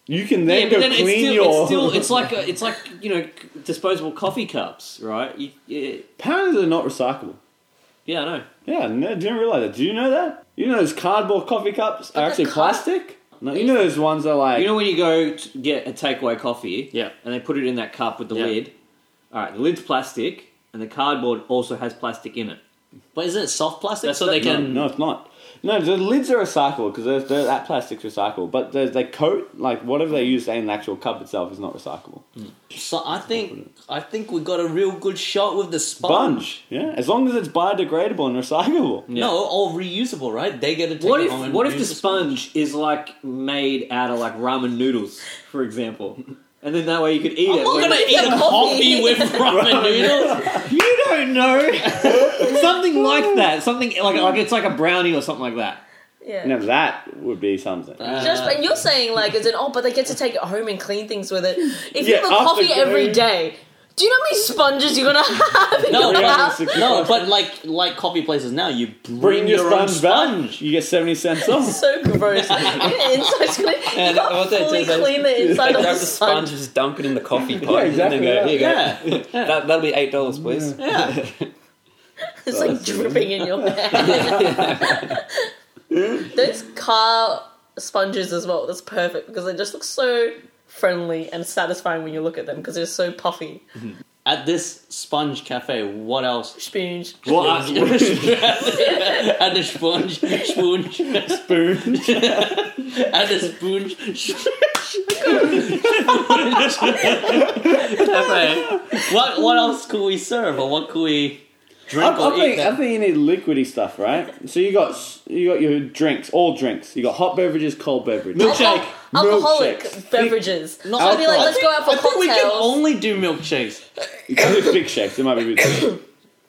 You can Yeah, then but go then it's clean still, your. it's still *laughs* it's like a, it's like you know c- disposable coffee cups, right? You, yeah, Apparently they're not recyclable. yeah, I know. Yeah, no, didn't realize that. Do you know that? You know those cardboard coffee cups are they're actually car- plastic. No, you know those ones that are like. You know when you go to get a takeaway coffee, Yeah. and they put it in that cup with the Yeah. lid. All right, the lid's plastic, and the cardboard also has plastic in it. But isn't it soft plastic? That's so what they that- no, can. no, it's not. No, the lids are recycled because they're, they're, that plastic's recyclable. But the, the coat, like whatever they use in the actual cup itself, is not recyclable. So I think I think we got a real good shot with the Bunch, sponge. yeah. As long as it's biodegradable and recyclable. No, or reusable, right? They get to take What it if home and what if reuse the sponge is like made out of like ramen noodles, for example, and then that way you could eat it. not when- gonna *laughs* Eat a coffee with *laughs* ramen noodles. You don't know something *laughs* like that. Something like like it's like a brownie or something like that. Yeah. Now that would be something. Just, but you're saying like, as in, oh, but they get to take it home and clean things with it. If Yeah, you have a after coffee every cleaning. day, do you know how many sponges you're gonna *laughs* have in No, your yeah, house? it's No, but like like coffee places now, you bring, Bring your own sponge, sponge. You get seventy cents *laughs* off. So gross. Your inside's gonna, you can't And what they do fully is they- clean the I inside of the grab the sponge sponge. and just dunk it in the coffee pot. Yeah, And exactly, then go, here you go. Yeah, That, that'll be eight dollars, please. *laughs* yeah. It's like dripping in your bag. Those car sponges as well. That's perfect because they just look so friendly and satisfying when you look at them because they're so puffy. At this sponge cafe, what else? Spoons. Well, I, At the sponge, *laughs* sponge, spoon. At the spoon, cafe. What what else could we serve, or what could we I, drink I or eat? think, I that- think you need liquidy stuff, right? So you got s- you got your drinks, all drinks. You got hot beverages, cold beverages. *laughs* Alco- alcoholic Milkshakes. beverages. No, I'd be like, I let's think- go out for I think we can cocktails. only do milkshakes. You can do thick shakes. It might be a bit *laughs* thick.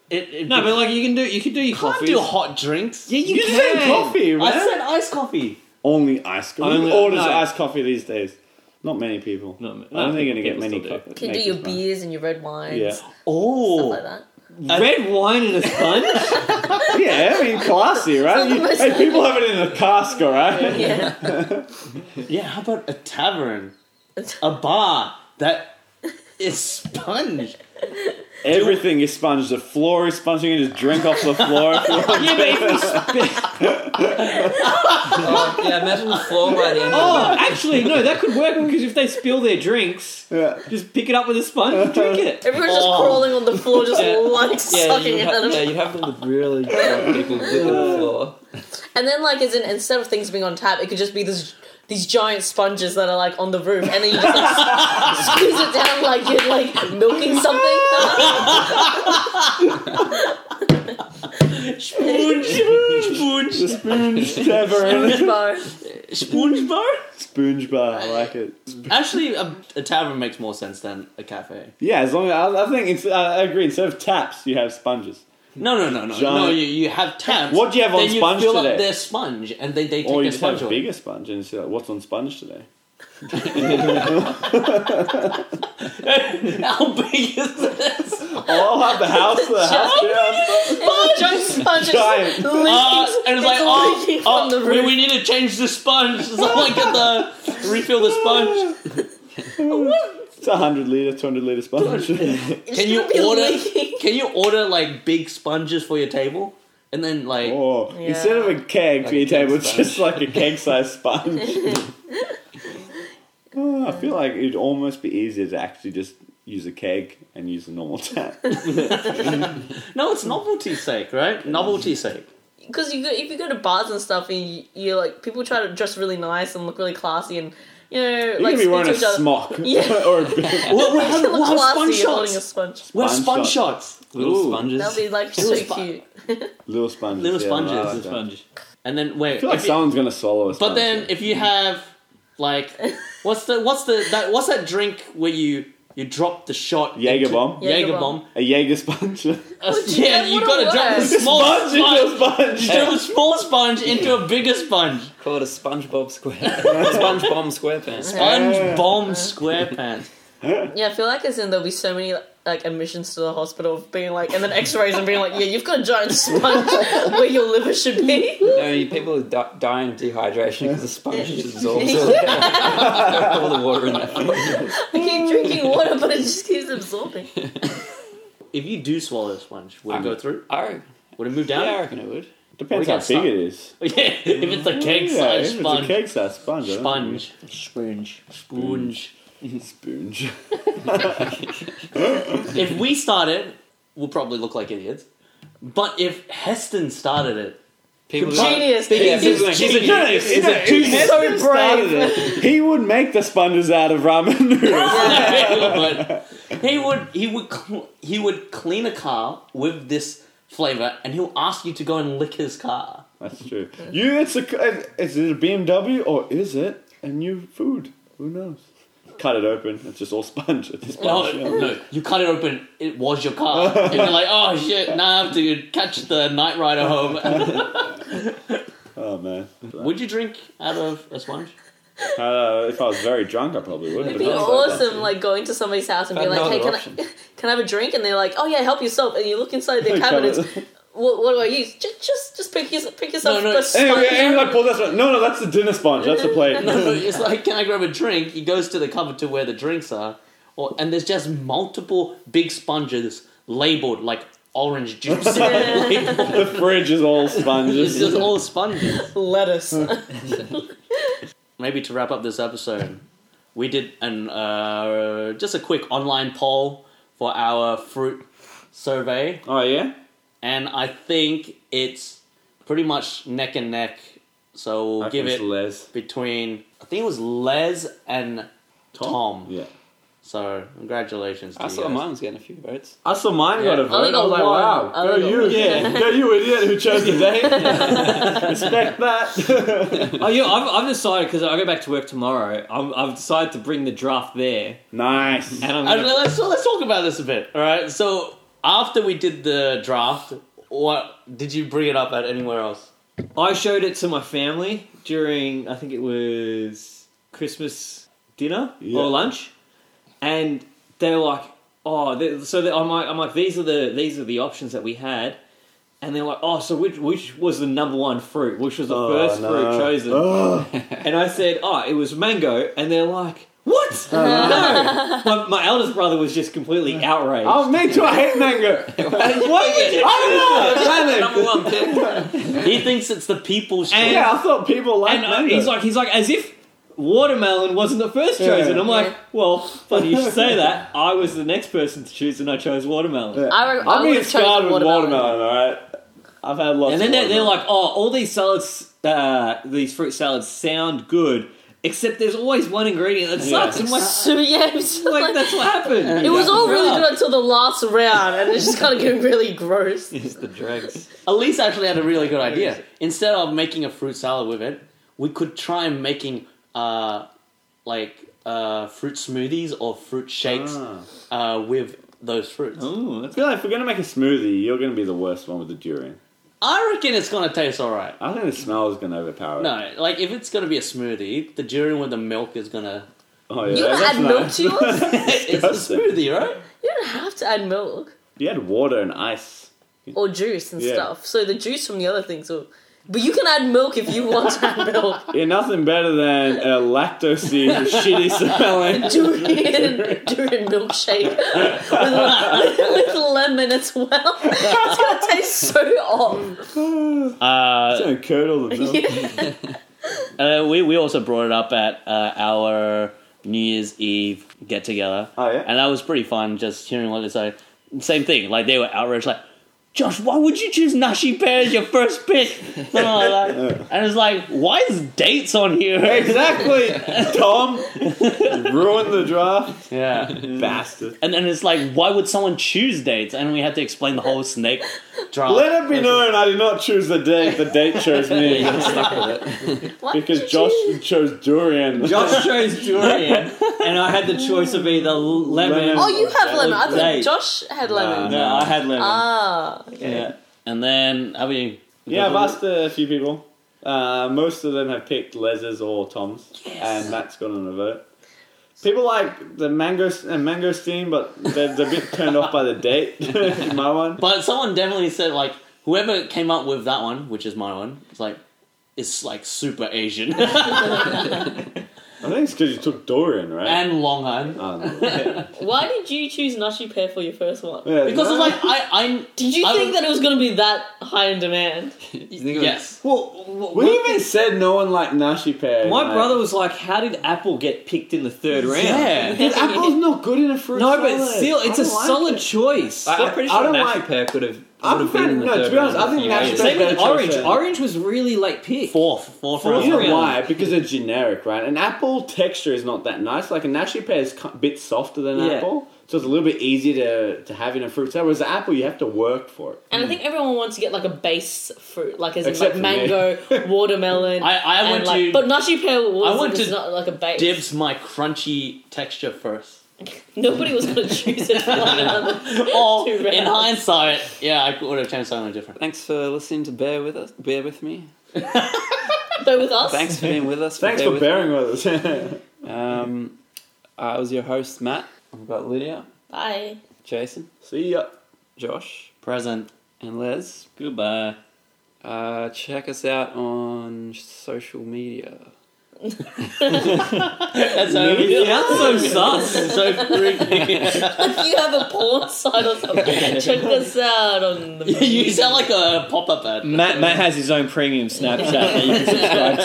It, it, no, but like you can do you can do your can't coffee. do hot drinks. yeah, you, You can. said coffee, I right? said iced coffee. only ice cream. Only- Only, orders no. iced coffee these days. Not many people. I No, don't no, think you're gonna get people many. still do. co- can do makers, your man. beers and your red wines. Yeah. Stuff Oh, like that. Red wine in a *laughs* sponge. Yeah, I mean, classy, *laughs* right? You, Sometimes- hey, people have it in a cask, all right? Yeah. Yeah, how about a tavern? *laughs* A bar that is sponge. Everything is sponged. The floor is sponged. You can just drink off the floor. if you want. yeah, but if you *laughs* Oh, yeah, imagine the floor by the end of Oh, actually, no, that could work because if they spill their drinks, Yeah. *laughs* just pick it up with a sponge and drink it. Everyone's just Oh. crawling on the floor, just Yeah. like it. Yeah, sucking you it out have, of yeah, you have all the really drunk people dipping on the floor. And then, like, as in, instead of things being on tap, it could just be this, these giant sponges that are like on the roof, and then you just like, squeeze it down like you're like milking something. Sponge, *laughs* *laughs* sponge, The spoon's tavern. Bar. sponge bar. Spoonge bar. I like it. Actually, a, a tavern makes more sense than a cafe. Yeah, as long as I, I think it's, I I agree. Instead of taps, you have sponges. No, no, no, no, no. Giant- You, you have tabs. What do you have on then sponge you fill today? up their sponge, and they, they take Or you their just have sponge a off. bigger sponge and say, like, what's on sponge today? *laughs* How big is this? *laughs* Oh, I'll have the house. The house. yeah. Giant sponges. Giant. Leaking, Uh, and it's like, oh, leaking *laughs* oh, from the we, roof. we need to change the sponge. *laughs* Someone get the refill the sponge. It's a 100 litre, 200 litre sponge. *laughs* *laughs* It's Can gonna be you order? *laughs* leaking. *laughs* Can you order like big sponges for your table, and then like Oh, instead of a keg for a your keg table, it's sponge. just like a keg sized *laughs* sponge. Oh, I feel like it'd almost be easier to actually just use a keg and use a normal tap. No, it's novelty sake, right? Novelty sake. because you go, if you go to bars and stuff and you, you like people try to dress really nice and look really classy and you know You like could be speak wearing to a each *laughs* other. *laughs* smock Yeah. *laughs* or a bib. We'll, we'll have, *laughs* You we'll look have spun classy and holding a shots. sponge. We'll have spun Sponge shots. Little Ooh. sponges. That'll be like Little so spo- cute. Little sponges. Little yeah, I like sponges. that. Sponge. And then wait. I feel like if you- someone's gonna swallow a sponge. but then if you have like *laughs* what's the what's the that what's that drink where you you drop the shot Jaeger bomb? Jaeger Jaeger bomb. bomb. a Jaeger *laughs* sponge. *laughs* Uh, Would you- yeah, that you wouldn't gotta drop the work. small sponge into a Oh, sponge. sponge. Drop a small sponge into a bigger sponge. Call it a SpongeBob Square. *laughs* SpongeBob SquarePants. Sponge bomb SquarePants. Yeah, I feel like as in there'll be so many like admissions to the hospital of being like, and then X-rays and being like, yeah, you've got a giant sponge *laughs* where your liver should be. *laughs* No, you- people are di- dying of dehydration because the sponge just absorbs all, *laughs* all the water in that thing. I keep drinking water, but it just keeps absorbing. If you do swallow a sponge, would it I'm- go through? I reckon, Would it move yeah, I down? reckon it would. Depends We how got big sponge. it is. *laughs* Yeah, if it's a cake size if sponge. it's a keg sized sponge. I don't know. sponge. Sponge. Sponge. *laughs* Sponge. If we start it, we'll probably look like idiots. But if Heston started it, People Genius. Yeah, He's people- genius. he's a genius. Is it too He's so *laughs* brave. He would make the sponges out of ramen noodles. he would. He would. He would. Cl- he would clean a car with this flavor, and he'll ask you to go and lick his car. That's *laughs* true. You, it's a, is it a BMW or is it a new food? Who knows? Cut it open. It's just all sponge at this No, point. Oh, *laughs* no, you cut it open. It was your car, and you're like, oh shit! Now I have to catch the night rider home. Oh man. would you drink out of a sponge? Uh, if I was very drunk, I probably would. but It'd be not like awesome, like going to somebody's house and That's being like, another "Hey, can option. I, *laughs* can I have a drink?" And they're like, "Oh yeah, help yourself." And you look that. inside *laughs* their cabinets. What, what do I use? Just, just, just pick, your, pick yourself. No, no. a Anyway, sponge. anyway, I pulled this one. No, no, that's the dinner sponge. That's the *laughs* plate. *laughs* *coughs* No, it's like, can I grab a drink? He goes to the cupboard to where the drinks are, or and there's just multiple big sponges labeled like orange *laughs* juice. Labeled. the fridge is all It's sponges. just all sponges. *laughs* lettuce. Maybe to wrap up this episode, we did an uh, just a quick online poll for our fruit survey, oh yeah. and I think it's pretty much neck and neck. So we'll I give think it's it Les. between I think it was Les and Tom. Yeah. So congratulations. To I you saw guys. mine was getting a few votes. I saw mine got a I only vote. I, was got like, one. wow, I go only you, got yeah, go you idiot who chose the *laughs* date. Respect that. *laughs* *laughs* Oh, you know, I've, I've decided because I go back to work tomorrow. I'm, I've decided to bring the draft there, nice. and I'm Uh, gonna, let's let's talk about this a bit. All right. So after we did the draft, what did you bring it up at anywhere else? I showed it to my family during I think it was Christmas dinner Yeah. or lunch, and they were like, "Oh, they, so they, I'm like, I'm like, these are the these are the options that we had." And they're like, oh, so which which was the number one fruit? Which was the Oh, first no. fruit chosen? Oh. And I said, oh, it was mango. And they're like, what? Oh. no. *laughs* My, my eldest brother was just completely outraged. *laughs* Oh, me too. I hate *laughs* mango. Why would you I don't Number know. one *laughs* pick. he thinks it's the people's choice. And- Yeah, I thought people liked And uh, mango. he's like, he's like, as if watermelon wasn't the first Yeah. chosen. I'm Yeah. like, well, funny you should say that. I was the next person to choose, and I chose watermelon. Yeah. I re- I I'm being would've chosen scarred with watermelon. watermelon. all right? I've had lots And then of they're, they're watermelon. like, oh, all these salads, uh, these fruit salads sound good, except there's always one ingredient that Yeah. *laughs* sucks. And like, So yeah, it's *laughs* like, *laughs* like, that's what happened. it was all really Yeah. good until the last round, and it's just kind of getting really gross. It's the dregs. Elise actually had a really good idea. Instead of making a fruit salad with it, we could try making uh, like uh, fruit smoothies or fruit shakes uh, with those fruits. Ooh, that's I feel like if we're gonna make a smoothie, you're gonna be the worst one with the durian. I reckon it's gonna taste alright. I think the smell is gonna overpower it. No, like if it's gonna be a smoothie, the durian with the milk is gonna. Oh yeah, You don't that's add milk nice. *laughs* *laughs* to yours. It's a Disgusting. smoothie, right? You don't have to add milk You add water and ice. or juice and Yeah. stuff. So the juice from the other things will. But you can add milk if you want to add milk. Yeah, nothing better than a lactosey *laughs* shitty *laughs* smelling. durian, durian milkshake with, with lemon as well. It's gonna taste *laughs* so off. Uh, Don't curdle *laughs* themselves. uh, we we also brought it up at uh, our New Year's Eve get together. Oh, yeah? and that was pretty fun. Just hearing what they say. Same thing. Like they were outraged. Like. Josh, why would you choose nashi pear as your first pick? *laughs* Something like that. And it's like, why is dates on here? *laughs* Exactly, Tom. Ruined the draft, Yeah. bastard. And then it's like, why would someone choose dates? And we had to explain the whole snake drama. Let it be known, I did not choose the date. The date chose *laughs* me Why did because you Josh choose- chose durian. Josh chose durian, and I had the choice of either lemon. Lemon. Oh, you have lemon. I Right. thought Josh had lemon. No, I had lemon. Ah, yeah. And then, I mean, Yeah, I've asked a few people. Uh, most of them have picked Les's or Tom's, and Matt's gone on a vote. People like the mango and mangosteen, but they're, they're a bit turned off by the date. *laughs* My one. But someone definitely said like whoever came up with that one, which is my one, it's like it's like super Asian *laughs* I think it's because you took Dorian, right? and Longhorn. oh, no. why did you choose nashi pear for your first one? Yeah, *laughs* Because no. it's like I Did you I think would- that it was gonna be that high in demand? You think I it was- yes. Well, well, we even said no one liked nashi pear. my like- brother was like, "How did Apple get picked in the third round?" *laughs* Yeah. Dude, *laughs* apple's not good in a fruit. No, but salad. still, it's I a don't like solid it. choice. I, am pretty I sure don't Nashi like- Pear could have I I'm would've been in fan, the no, to third be honest, round I think if you Nash ate is it. Same better with choice Orange. there. Orange was really late pick. Fourth, fourth, Well, round. you know Really? why? Because they're generic, right? An apple texture is not that nice. Like a nashi pear is a bit softer than Yeah. apple, so it's a little bit easier to, to have in a fruit salad. Whereas the apple, you have to work for it. And I think everyone wants to get like a base fruit, like as in Except like for mango, *laughs* watermelon. I, I and, want like- to but nashi pear was I want to not like a base. dibs my crunchy texture *laughs* first. Nobody was going to *laughs* choose it. *laughs* For one another. *laughs* Or Oh, Two in rounds. hindsight, yeah, I would have changed something different. Thanks for listening to Bear with us. Bear with me. But with us, Thanks for being with us. *laughs* Thanks Bear for with bearing with us. *laughs* Me. Um, I was your host, Matt. I've got Lydia, bye. *laughs* Jason, See ya. Josh, Present. and Les. Goodbye. Uh, check us out on social media. That's how we do it. That's so sus. So freaking. If you have a porn site or something, check us out on the. *laughs* you sound like a pop up ad. Matt, Matt has his own premium Snapchat that you can subscribe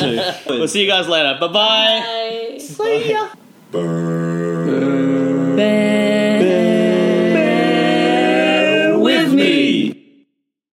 to. We'll see you guys later. Bye bye. Bye. See ya. Burn.